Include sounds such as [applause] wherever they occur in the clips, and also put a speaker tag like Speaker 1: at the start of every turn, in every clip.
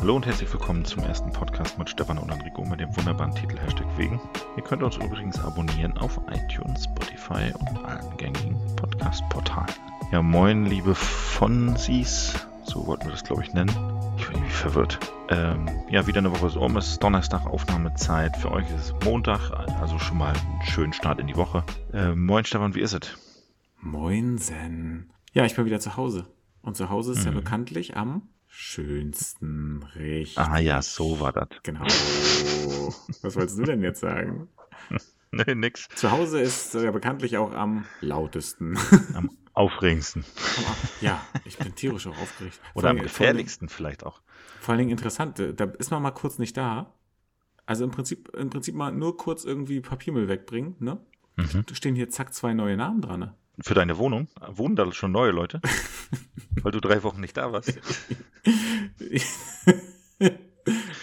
Speaker 1: Hallo und herzlich willkommen zum ersten Podcast mit Stefan und Enrico mit dem wunderbaren Titel Hashtag Wegen. Ihr könnt uns übrigens abonnieren auf iTunes, Spotify und allen gängigen Podcast-Portalen. Ja, moin, liebe Fonsis. So wollten wir das, glaube ich, nennen. Ich bin irgendwie verwirrt. Ähm, ja, wieder eine Woche ist um. Es ist Donnerstag, Aufnahmezeit. Für euch ist es Montag, also schon mal einen schönen Start in die Woche. Äh, moin, Stefan, wie ist es?
Speaker 2: Moinsen. Ja, ich bin wieder zu Hause. Und zu Hause
Speaker 1: Mhm.
Speaker 2: ist ja bekanntlich am schönsten Recht.
Speaker 1: Ah ja, so war das.
Speaker 2: Genau. Was wolltest du denn jetzt sagen?
Speaker 1: [laughs] Nee, nix.
Speaker 2: Zu Hause ist ja bekanntlich auch am lautesten. [laughs]
Speaker 1: Am aufregendsten.
Speaker 2: ja, ich bin tierisch auch aufgeregt.
Speaker 1: Oder am
Speaker 2: Vor-
Speaker 1: gefährlichsten vielleicht auch.
Speaker 2: Vor allen Dingen interessant, äh, da ist man mal kurz nicht da. Also im Prinzip, im Prinzip mal nur kurz irgendwie Papiermüll wegbringen, ne?
Speaker 1: Mhm.
Speaker 2: Da stehen hier zack zwei neue Namen dran. Ne? [laughs]
Speaker 1: Für deine Wohnung? Wohnen da schon neue Leute? Weil du drei Wochen nicht da warst.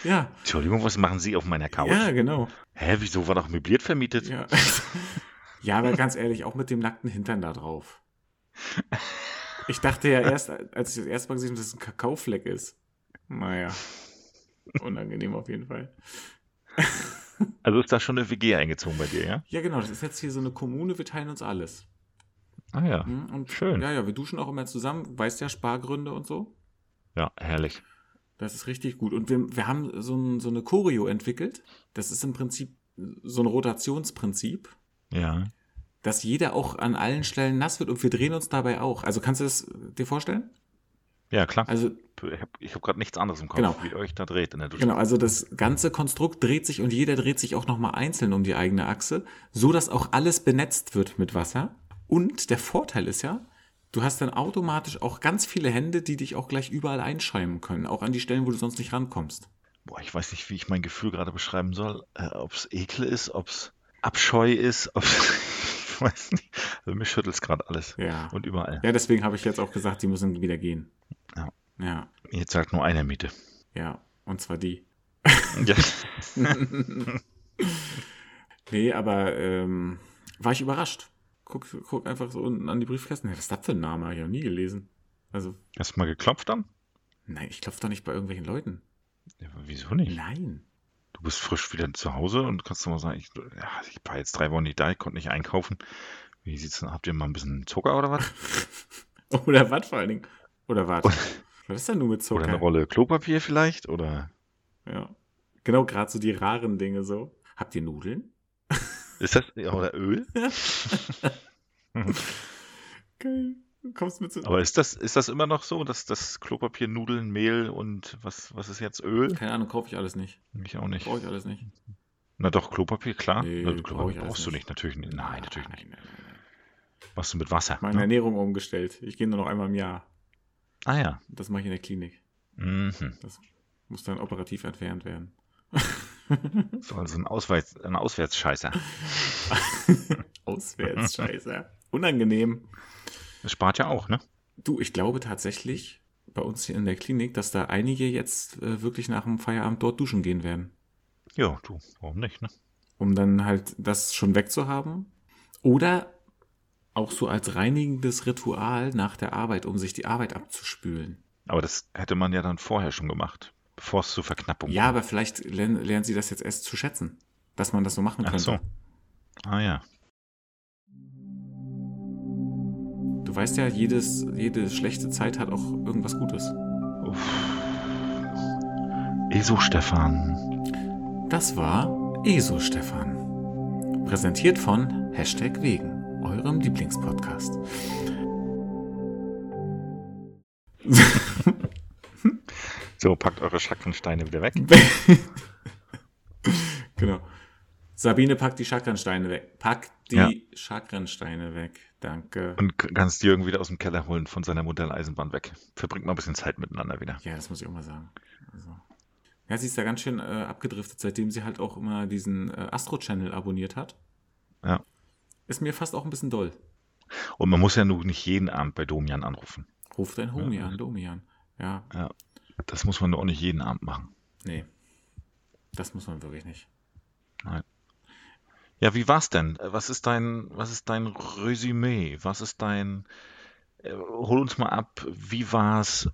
Speaker 2: ja,
Speaker 1: Entschuldigung, was machen Sie auf meiner Couch?
Speaker 2: ja, genau.
Speaker 1: Hä, wieso war doch möbliert vermietet?
Speaker 2: Ja. [laughs] ja, aber ganz ehrlich, auch mit dem nackten Hintern da drauf. Ich dachte ja erst, als ich das erste Mal gesehen habe, dass es ein Kakaofleck ist. Naja, unangenehm auf jeden Fall.
Speaker 1: Also ist da schon eine WG eingezogen bei dir, ja?
Speaker 2: Ja, genau, das ist jetzt hier so eine Kommune, wir teilen uns alles.
Speaker 1: Ah ja.
Speaker 2: Hm, Und
Speaker 1: Schön.
Speaker 2: Ja, ja, wir duschen auch immer zusammen, weißt ja, Spargründe und so.
Speaker 1: Ja, herrlich.
Speaker 2: Das ist richtig gut. Und wir, wir haben so, ein, so eine Choreo entwickelt. Das ist im Prinzip so ein Rotationsprinzip.
Speaker 1: Ja.
Speaker 2: dass jeder auch an allen Stellen nass wird und wir drehen uns dabei auch. Also kannst du das dir vorstellen?
Speaker 1: Ja, klar.
Speaker 2: Also
Speaker 1: ich habe ich hab gerade nichts anderes im Kopf,
Speaker 2: Genau.
Speaker 1: wie ihr euch da dreht in der Dusche.
Speaker 2: genau, also das ganze Konstrukt dreht sich und jeder dreht sich auch noch mal einzeln um die eigene Achse, so dass auch alles benetzt wird mit Wasser. Und der Vorteil ist ja, du hast dann automatisch auch ganz viele Hände, die dich auch gleich überall einschäumen können, auch an die Stellen, wo du sonst nicht rankommst.
Speaker 1: Boah, ich weiß nicht, wie ich mein Gefühl gerade beschreiben soll. Äh, ob es Ekel ist, ob es Abscheu ist, ob [laughs] ich weiß nicht. Also mir schüttelt es gerade alles.
Speaker 2: Ja.
Speaker 1: Und überall.
Speaker 2: Ja, deswegen habe ich jetzt auch gesagt, die müssen wieder gehen.
Speaker 1: Ja.
Speaker 2: Ja,
Speaker 1: Jetzt sagt nur einer
Speaker 2: [laughs]
Speaker 1: Miete.
Speaker 2: ja, und zwar die
Speaker 1: Ja.
Speaker 2: Nee, aber ähm, war ich überrascht. Guck, guck einfach so unten an die Briefkästen. Ja, was ist das für ein Name? Hab ich noch nie gelesen. Also,
Speaker 1: Hast du mal geklopft dann?
Speaker 2: nein, ich klopfe doch nicht bei irgendwelchen Leuten.
Speaker 1: Ja, wieso nicht?
Speaker 2: Nein. [laughs]
Speaker 1: Du bist frisch wieder zu Hause und kannst du mal sagen, ich, ja, ich war jetzt drei Wochen nicht da, ich konnte nicht einkaufen. Wie sieht's denn? Habt ihr mal ein bisschen Zucker
Speaker 2: [laughs]
Speaker 1: oder was?
Speaker 2: Oder was vor allen Dingen? Oder was? Was ist denn nur mit Zucker?
Speaker 1: Oder eine Rolle Klopapier vielleicht? Oder
Speaker 2: Ja. Genau, gerade so die raren Dinge so. Habt ihr Nudeln?
Speaker 1: ist das ja, oder
Speaker 2: [laughs]
Speaker 1: Öl?
Speaker 2: Geil. Du kommst mit so.
Speaker 1: [laughs] Aber ist das, ist das immer noch so, dass das Klopapier, Nudeln, Mehl und was, was ist jetzt Öl?
Speaker 2: Keine Ahnung, kaufe ich alles nicht.
Speaker 1: Ich auch nicht.
Speaker 2: Brauche ich alles nicht.
Speaker 1: Na doch, Klopapier, klar.
Speaker 2: Nee,
Speaker 1: Na,
Speaker 2: brauch ich
Speaker 1: Klopapier
Speaker 2: alles
Speaker 1: brauchst du
Speaker 2: nicht.
Speaker 1: nicht, natürlich nicht. Nein, natürlich nicht.
Speaker 2: Nein, nein, nein.
Speaker 1: Machst du mit Wasser.
Speaker 2: Meine
Speaker 1: Ne?
Speaker 2: Ernährung umgestellt. Ich gehe nur noch einmal im Jahr.
Speaker 1: Ah ja.
Speaker 2: Das mache ich in der Klinik.
Speaker 1: Mhm.
Speaker 2: Das muss dann operativ entfernt werden. [laughs]
Speaker 1: Das war also ein, Ausweiz, ein Auswärtsscheißer.
Speaker 2: Auswärts,
Speaker 1: [laughs]
Speaker 2: scheiße. Unangenehm.
Speaker 1: Das spart ja auch, ne?
Speaker 2: Du, ich glaube tatsächlich bei uns hier in der Klinik, dass da einige jetzt äh, wirklich nach dem Feierabend dort duschen gehen werden.
Speaker 1: Ja, du, warum nicht, ne?
Speaker 2: Um dann halt das schon wegzuhaben. Oder auch so als reinigendes Ritual nach der Arbeit, um sich die Arbeit abzuspülen.
Speaker 1: Aber das hätte man ja dann vorher schon gemacht, bevor es zur Verknappung
Speaker 2: Ja, aber vielleicht lernen, lernen sie das jetzt erst zu schätzen, dass man das so machen
Speaker 1: Ach
Speaker 2: könnte.
Speaker 1: so. Ah ja.
Speaker 2: Du weißt ja, jedes, jede schlechte Zeit hat auch irgendwas Gutes.
Speaker 1: Uff. ESO Stefan.
Speaker 2: Das war ESO Stefan. Präsentiert von Hashtag Wegen, eurem Lieblingspodcast.
Speaker 1: So, packt eure Schackensteine wieder weg.
Speaker 2: Genau. Sabine packt die Chakrensteine weg. Packt die
Speaker 1: Ja.
Speaker 2: Chakrensteine weg. Danke.
Speaker 1: Und k- kannst Jürgen wieder aus dem Keller holen von seiner Modelleisenbahn weg. Verbringt mal ein bisschen Zeit miteinander wieder.
Speaker 2: Ja, das muss ich auch mal sagen. Also. Ja, sie ist da ganz schön äh, abgedriftet, seitdem sie halt auch immer diesen äh, Astro-Channel abonniert hat.
Speaker 1: Ja.
Speaker 2: Ist mir fast auch ein bisschen doll.
Speaker 1: Und man muss ja nun nicht jeden Abend bei Domian anrufen.
Speaker 2: Ruf dein Homie an, Domian. Ja,
Speaker 1: Das muss man doch auch nicht jeden Abend machen.
Speaker 2: nee. Das muss man wirklich nicht.
Speaker 1: Ja, wie war's denn? Äh, Was ist dein, was ist dein Resümee? Was ist dein, äh, hol uns mal ab, wie war's?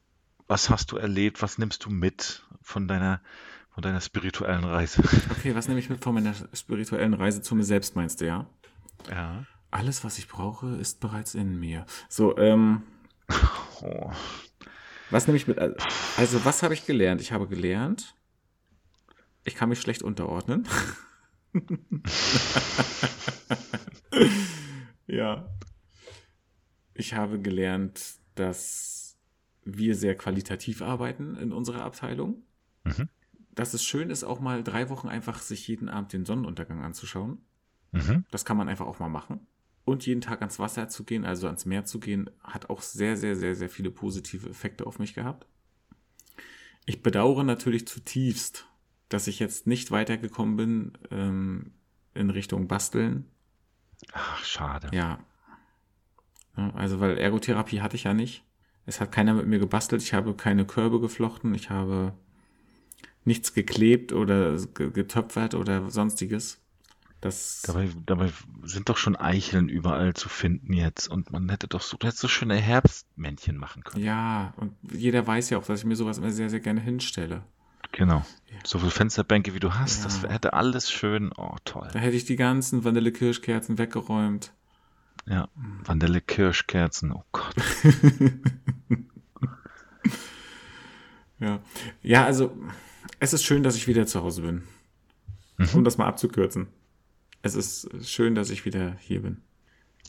Speaker 1: Was hast du erlebt? Was nimmst du mit von deiner, von deiner spirituellen Reise?
Speaker 2: Okay, was nehme ich mit von meiner spirituellen Reise zu mir selbst, meinst du, [laughs] ja?
Speaker 1: Ja.
Speaker 2: Alles, was ich brauche, ist bereits in mir. So, ähm,
Speaker 1: Oh.
Speaker 2: was nehme ich mit? Also, was habe ich gelernt? Ich habe gelernt, ich kann mich schlecht unterordnen. [laughs] ja. Ich habe gelernt, dass wir sehr qualitativ arbeiten in unserer Abteilung.
Speaker 1: Mhm.
Speaker 2: Dass es schön ist, auch mal drei Wochen einfach sich jeden Abend den Sonnenuntergang anzuschauen.
Speaker 1: Mhm.
Speaker 2: Das kann man einfach auch mal machen. Und jeden Tag ans Wasser zu gehen, also ans Meer zu gehen, hat auch sehr, sehr, sehr, sehr viele positive Effekte auf mich gehabt. Ich bedauere natürlich zutiefst, dass ich jetzt nicht weitergekommen bin ähm, in Richtung Basteln.
Speaker 1: Ach, schade.
Speaker 2: Ja. Ja, Also, weil Ergotherapie hatte ich ja nicht. Es hat keiner mit mir gebastelt. Ich habe keine Körbe geflochten. Ich habe nichts geklebt oder ge- getöpfert oder sonstiges. Das
Speaker 1: Dabei, dabei sind doch schon Eicheln überall zu finden jetzt und man hätte doch so, du hättest so schöne Herbstmännchen machen können.
Speaker 2: Ja, und jeder weiß ja auch, dass ich mir sowas immer sehr, sehr gerne hinstelle.
Speaker 1: Genau.
Speaker 2: Ja.
Speaker 1: So viele Fensterbänke wie du hast,
Speaker 2: Ja.
Speaker 1: das hätte alles schön. Oh, toll.
Speaker 2: Da hätte ich die ganzen Vanille-Kirschkerzen weggeräumt.
Speaker 1: Ja.
Speaker 2: Mhm.
Speaker 1: Vanille Kirschkerzen. Oh Gott.
Speaker 2: Ja. ja, also es ist schön, dass ich wieder zu Hause bin. Um das mal abzukürzen. Es ist schön, dass ich wieder hier bin.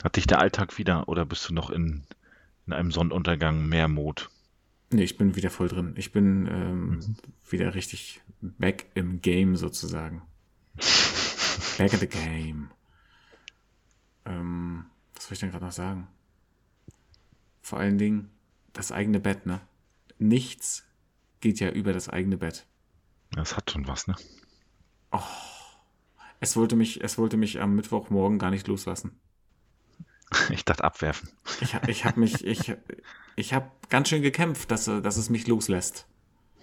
Speaker 1: Hat dich der Alltag wieder oder bist du noch in, in einem Sonnenuntergang mehr Mut?
Speaker 2: Nee, ich bin wieder voll drin. Ich bin ähm, wieder richtig back im Game sozusagen. Back in the game. Ähm, was soll ich denn gerade noch sagen? Vor allen Dingen das eigene Bett, ne? Nichts geht ja über das eigene Bett.
Speaker 1: Das hat schon was, ne? [laughs]
Speaker 2: Es wollte mich, es wollte mich am Mittwochmorgen gar nicht loslassen.
Speaker 1: Ich dachte abwerfen.
Speaker 2: Ich, hab- ich habe mich, ich, ich habe ganz schön gekämpft, dass, äh, dass es mich loslässt.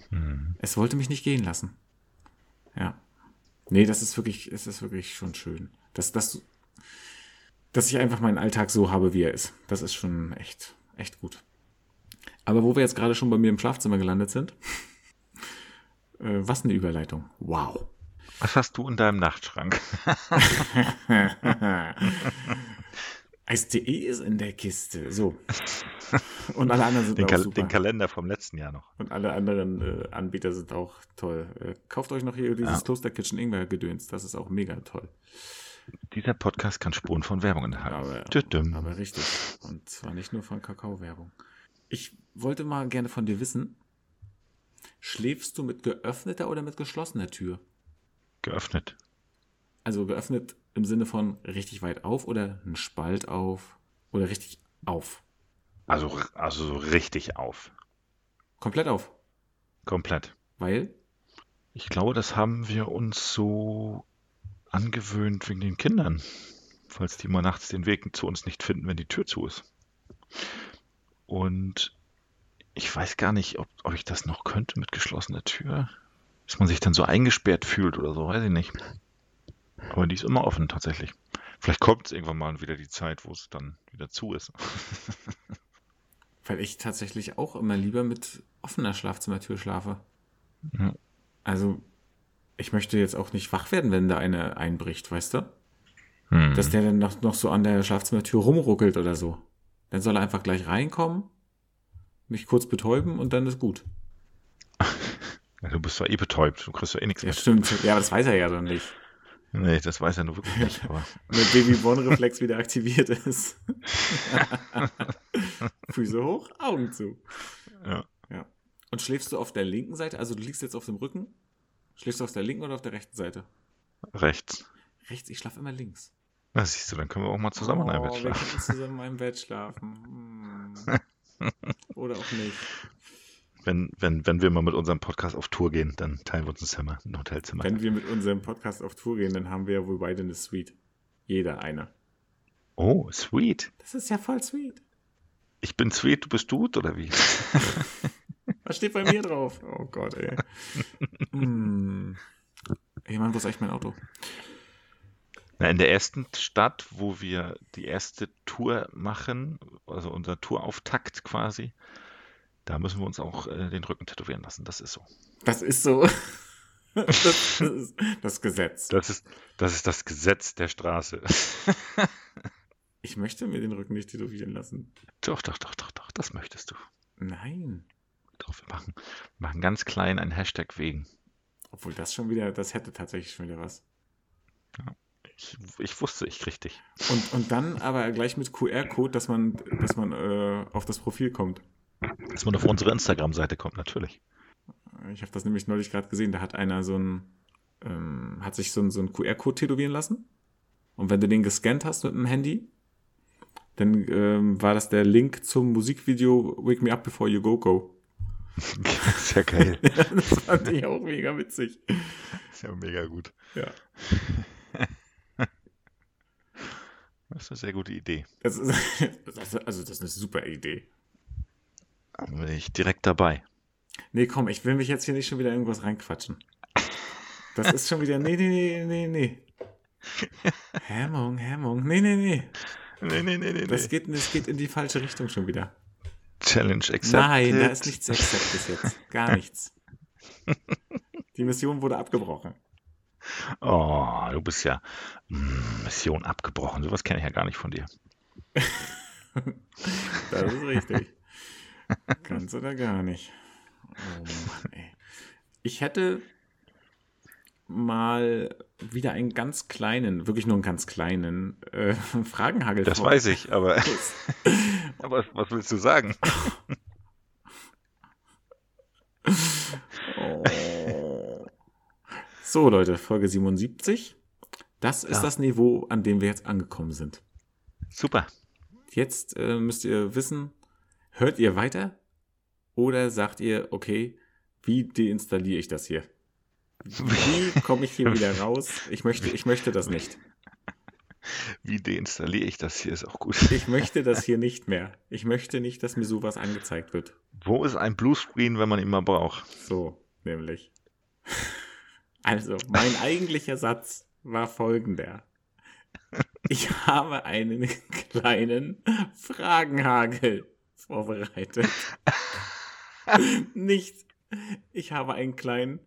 Speaker 1: Hm.
Speaker 2: Es wollte mich nicht gehen lassen. Ja. Nee, das ist wirklich, es ist wirklich schon schön. Dass, dass, dass ich einfach meinen Alltag so habe, wie er ist. Das ist schon echt, echt gut. Aber wo wir jetzt gerade schon bei mir im Schlafzimmer gelandet sind, äh, was eine Überleitung.
Speaker 1: [laughs]
Speaker 2: Wow.
Speaker 1: Was hast du in deinem Nachtschrank?
Speaker 2: Eis.de E ist in der Kiste. So. Und alle anderen sind
Speaker 1: Den,
Speaker 2: auch
Speaker 1: Kal
Speaker 2: super.
Speaker 1: den Kalender vom letzten Jahr noch.
Speaker 2: Und alle anderen äh, Anbieter sind auch toll. Äh, kauft euch noch hier dieses
Speaker 1: Ja.
Speaker 2: Klosterkitchen Ingwer-Gedöns. Das ist auch mega toll.
Speaker 1: Dieser Podcast kann Spuren von Werbung enthalten.
Speaker 2: Aber,
Speaker 1: Tütüm.
Speaker 2: aber richtig. Und zwar nicht nur von Kakaowerbung. Ich wollte mal gerne von dir wissen, schläfst du mit geöffneter oder mit geschlossener Tür?
Speaker 1: Geöffnet.
Speaker 2: Also geöffnet im Sinne von richtig weit auf oder ein Spalt auf oder richtig auf.
Speaker 1: Also, also so richtig auf.
Speaker 2: Komplett auf.
Speaker 1: Komplett.
Speaker 2: Weil,
Speaker 1: Ich glaube, das haben wir uns so angewöhnt wegen den Kindern. Falls die mal nachts den Weg zu uns nicht finden, wenn die Tür zu ist. Und ich weiß gar nicht, ob, ob ich das noch könnte mit geschlossener Tür. Dass man sich dann so eingesperrt fühlt oder so, weiß ich nicht. Aber die ist immer offen tatsächlich. Vielleicht kommt es irgendwann mal wieder die Zeit, wo es dann wieder zu ist.
Speaker 2: weil ich tatsächlich auch immer lieber mit offener Schlafzimmertür schlafe.
Speaker 1: Ja.
Speaker 2: Also, ich möchte jetzt auch nicht wach werden, wenn da eine einbricht, weißt du?
Speaker 1: Hm.
Speaker 2: dass der dann noch, noch so an der Schlafzimmertür rumruckelt oder so. Dann soll er einfach gleich reinkommen, mich kurz betäuben und dann ist gut.
Speaker 1: Ja, du bist zwar eh betäubt, du kriegst ja eh nichts
Speaker 2: Ja,
Speaker 1: mit.
Speaker 2: stimmt. Ja, aber das weiß er ja dann nicht.
Speaker 1: Nee, das weiß er nur wirklich nicht. Aber
Speaker 2: Wenn der Baby-Born-Reflex wieder aktiviert ist. [laughs] Füße hoch, Augen zu.
Speaker 1: Ja.
Speaker 2: ja. Und schläfst du auf der linken Seite? Also du liegst jetzt auf dem Rücken. Schläfst du auf der linken oder auf der rechten Seite?
Speaker 1: rechts.
Speaker 2: Rechts, ich schlafe immer links. Oh,
Speaker 1: Na, siehst du, dann können wir auch mal zusammen in einem Bett
Speaker 2: Wir
Speaker 1: schlafen.
Speaker 2: können zusammen in einem Bett schlafen. Hm. Oder auch nicht.
Speaker 1: Wenn, wenn, wenn wir mal mit unserem Podcast auf Tour gehen, dann teilen wir uns ein Zimmer, ein Hotelzimmer.
Speaker 2: Wenn wir mit unserem Podcast auf Tour gehen, dann haben wir ja wohl beide eine Suite. Jeder eine.
Speaker 1: Oh, sweet.
Speaker 2: Das ist ja voll sweet.
Speaker 1: Ich bin sweet, du bist du, oder
Speaker 2: [laughs]
Speaker 1: wie?
Speaker 2: Was steht bei mir drauf? [laughs] Oh Gott, ey. Hm. Ey, Mann, wo ist eigentlich mein Auto?
Speaker 1: Na, in der ersten Stadt, wo wir die erste Tour machen, also unser Tourauftakt quasi, Da müssen wir uns auch äh, den Rücken tätowieren lassen. Das
Speaker 2: [laughs]
Speaker 1: ist so.
Speaker 2: Das ist so. [laughs] das, das ist das Gesetz.
Speaker 1: Das ist das, ist das Gesetz der Straße. [laughs]
Speaker 2: Ich möchte mir den Rücken nicht tätowieren lassen.
Speaker 1: doch, doch, doch, doch, doch. Das möchtest du.
Speaker 2: Nein.
Speaker 1: Doch, wir machen, wir machen ganz klein einen Hashtag wegen.
Speaker 2: Obwohl das schon wieder, das hätte tatsächlich schon wieder was.
Speaker 1: Ich, ich wusste, ich krieg dich.
Speaker 2: Und, und dann aber gleich mit QR-Code, dass man, dass man äh, auf das Profil kommt.
Speaker 1: Dass man auf unsere Instagram-Seite kommt, natürlich.
Speaker 2: Ich habe das nämlich neulich gerade gesehen. Da hat einer so ein, ähm, hat sich so ein, so ein QR-Code tätowieren lassen. Und wenn du den gescannt hast mit dem Handy, dann ähm, war das der Link zum Musikvideo Wake Me Up Before You Go Go.
Speaker 1: [laughs]
Speaker 2: [laughs]
Speaker 1: Sehr geil.
Speaker 2: das fand ich auch mega witzig.
Speaker 1: Ist ja mega gut.
Speaker 2: Ja.
Speaker 1: Das ist eine sehr gute Idee.
Speaker 2: Das ist, [laughs] das, also, das ist eine super Idee.
Speaker 1: Dann bin ich direkt dabei.
Speaker 2: Nee, komm, ich will mich jetzt hier nicht schon wieder irgendwas reinquatschen. Das ist schon wieder. Nee, nee, nee, nee, nee. Hemmung, Hemmung. Nee, nee, nee.
Speaker 1: Nee, nee, nee, nee.
Speaker 2: Das geht, das geht in die falsche Richtung schon wieder.
Speaker 1: Challenge accepted.
Speaker 2: Nein, da ist nichts exakt bis jetzt.
Speaker 1: [laughs]
Speaker 2: Gar nichts. Die Mission wurde abgebrochen.
Speaker 1: Oh, du bist ja mm, Mission abgebrochen. Sowas kenne ich ja gar nicht von dir.
Speaker 2: Das ist richtig. Ganz oder gar nicht. Oh Mann, ey. Ich hätte mal wieder einen ganz kleinen, wirklich nur einen ganz kleinen äh, Fragenhagel.
Speaker 1: Das
Speaker 2: vor-
Speaker 1: weiß ich, aber, [laughs] aber was willst du sagen?
Speaker 2: Oh. So, Leute, Folge 77. Das ist
Speaker 1: Ja.
Speaker 2: das Niveau, an dem wir jetzt angekommen sind.
Speaker 1: Super.
Speaker 2: Jetzt äh, müsst ihr wissen, hört ihr weiter oder sagt ihr, okay, wie deinstalliere ich das hier? Wie komme ich hier wieder raus? Ich möchte, ich möchte das nicht.
Speaker 1: Wie deinstalliere ich das hier? Ist auch gut.
Speaker 2: Ich möchte das hier nicht mehr. Ich möchte nicht, dass mir sowas angezeigt wird.
Speaker 1: [laughs] Wo ist ein Bluescreen, wenn man ihn mal braucht?
Speaker 2: So, nämlich. [laughs] Also, mein eigentlicher Satz war folgender. Ich habe einen [laughs] kleinen Fragenhagel vorbereitet. Nicht, ich habe einen kleinen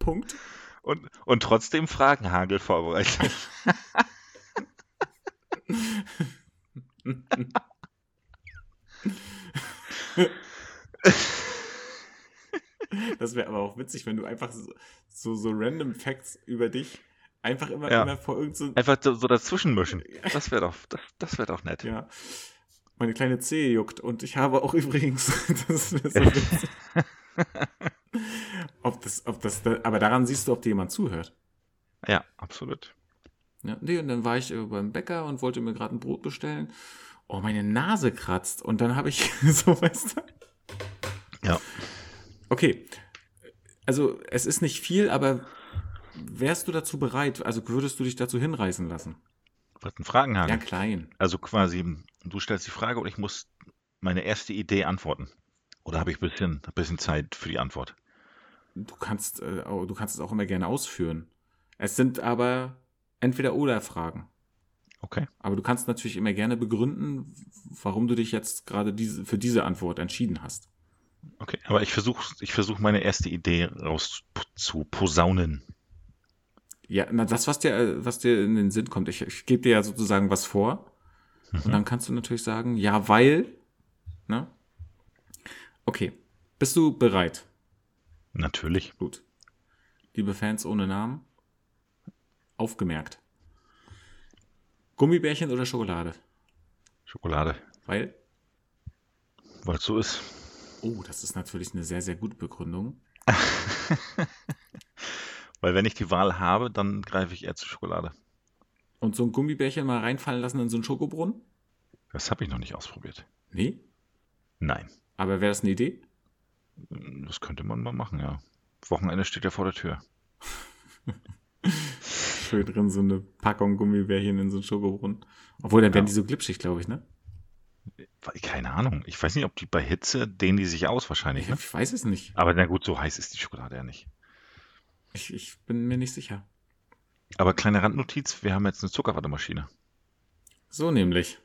Speaker 2: Punkt.
Speaker 1: Und, und trotzdem Fragenhagel vorbereitet.
Speaker 2: Das wäre aber auch witzig, wenn du einfach so, so, so random Facts über dich einfach immer,
Speaker 1: Ja.
Speaker 2: immer vor irgendeinem
Speaker 1: Einfach so, so dazwischen mischen. Das wäre doch, das, das wär doch nett.
Speaker 2: Ja. Meine kleine Zehe juckt und ich habe auch [laughs] übrigens. das ist so witzig. ob das, ob das, da- aber daran siehst du, ob dir jemand zuhört.
Speaker 1: ja absolut.
Speaker 2: Ja, nee, und dann war ich äh, beim Bäcker und wollte mir gerade ein Brot bestellen. Oh, meine Nase kratzt. Und dann habe ich [laughs] so, weißt du.
Speaker 1: Ja.
Speaker 2: Okay. Also, es ist nicht viel, aber wärst du dazu bereit? Also, würdest du dich dazu hinreißen lassen?
Speaker 1: Was ein Fragenhagel?
Speaker 2: Ja, klein.
Speaker 1: Also quasi, du stellst die Frage und ich muss meine erste Idee antworten. Oder habe ich ein bisschen, ein bisschen Zeit für die Antwort?
Speaker 2: Du kannst, äh, au- du kannst es auch immer gerne ausführen. Es sind aber entweder oder Fragen.
Speaker 1: Okay.
Speaker 2: Aber du kannst natürlich immer gerne begründen, warum du dich jetzt gerade diese, für diese Antwort entschieden hast.
Speaker 1: Okay. Aber ich versuche ich versuch meine erste Idee raus zu posaunen.
Speaker 2: Ja, na, das, was dir, äh, was dir in den Sinn kommt. Ich, ich gebe dir ja sozusagen was vor. Und dann kannst du natürlich sagen, ja, weil. Ne? Okay. Bist du bereit?
Speaker 1: Natürlich.
Speaker 2: Gut. Liebe Fans ohne Namen, aufgemerkt. Gummibärchen oder Schokolade?
Speaker 1: Schokolade.
Speaker 2: Weil
Speaker 1: Weil es so ist.
Speaker 2: Oh, das ist natürlich eine sehr, sehr gute Begründung.
Speaker 1: Weil wenn ich die Wahl habe, dann greife ich eher zu Schokolade.
Speaker 2: Und so ein Gummibärchen mal reinfallen lassen in so einen Schokobrunnen?
Speaker 1: Das habe ich noch nicht ausprobiert.
Speaker 2: Nee.
Speaker 1: Nein.
Speaker 2: Aber wäre das eine Idee?
Speaker 1: Das könnte man mal machen, ja. Wochenende steht ja vor der Tür.
Speaker 2: Schön drin, so eine Packung Gummibärchen in so einen Schokobrunnen. Obwohl, dann werden die so glitschig, glaube ich, ne?
Speaker 1: Weil- Keine Ahnung. Ich weiß nicht, ob die bei Hitze dehnen die sich aus wahrscheinlich.
Speaker 2: Ich,
Speaker 1: Ne?
Speaker 2: ich weiß es nicht.
Speaker 1: Aber na gut, so heiß ist die Schokolade ja nicht.
Speaker 2: Ich, ich bin mir nicht sicher.
Speaker 1: Aber kleine Randnotiz, wir haben jetzt eine Zuckerwattemaschine.
Speaker 2: So nämlich.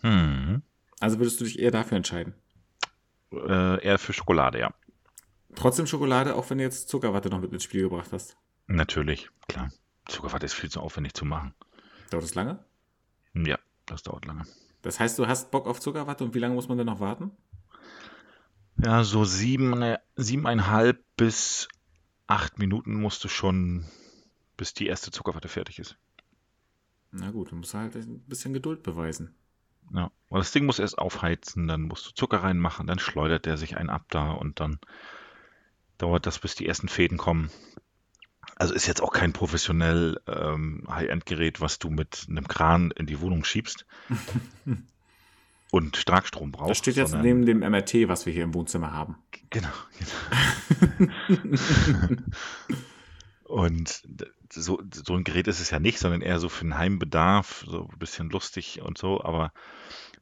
Speaker 1: Hm.
Speaker 2: Also würdest du dich eher dafür entscheiden?
Speaker 1: Äh, eher für Schokolade, ja.
Speaker 2: Trotzdem Schokolade, auch wenn du jetzt Zuckerwatte noch mit ins Spiel gebracht hast.
Speaker 1: Natürlich, klar. Zuckerwatte ist viel zu aufwendig zu machen.
Speaker 2: Dauert das lange?
Speaker 1: Ja, das dauert lange.
Speaker 2: Das heißt, du hast Bock auf Zuckerwatte und wie lange muss man denn noch warten?
Speaker 1: Ja, so sieben, äh, siebeneinhalb bis acht Minuten musst du schon, bis die erste Zuckerwatte fertig ist.
Speaker 2: Na gut, du musst halt ein bisschen Geduld beweisen.
Speaker 1: Ja. Und das Ding muss erst aufheizen, dann musst du Zucker reinmachen, dann schleudert der sich einen ab da und dann dauert das, bis die ersten Fäden kommen. Also ist jetzt auch kein professionell ähm, High-End-Gerät, was du mit einem Kran in die Wohnung
Speaker 2: [laughs]
Speaker 1: schiebst und Starkstrom brauchst.
Speaker 2: Das steht jetzt
Speaker 1: sondern-
Speaker 2: neben dem MRT, was wir hier im Wohnzimmer haben.
Speaker 1: Genau, genau. und d- so, so ein Gerät ist es ja nicht, sondern eher so für den Heimbedarf, so ein bisschen lustig und so. Aber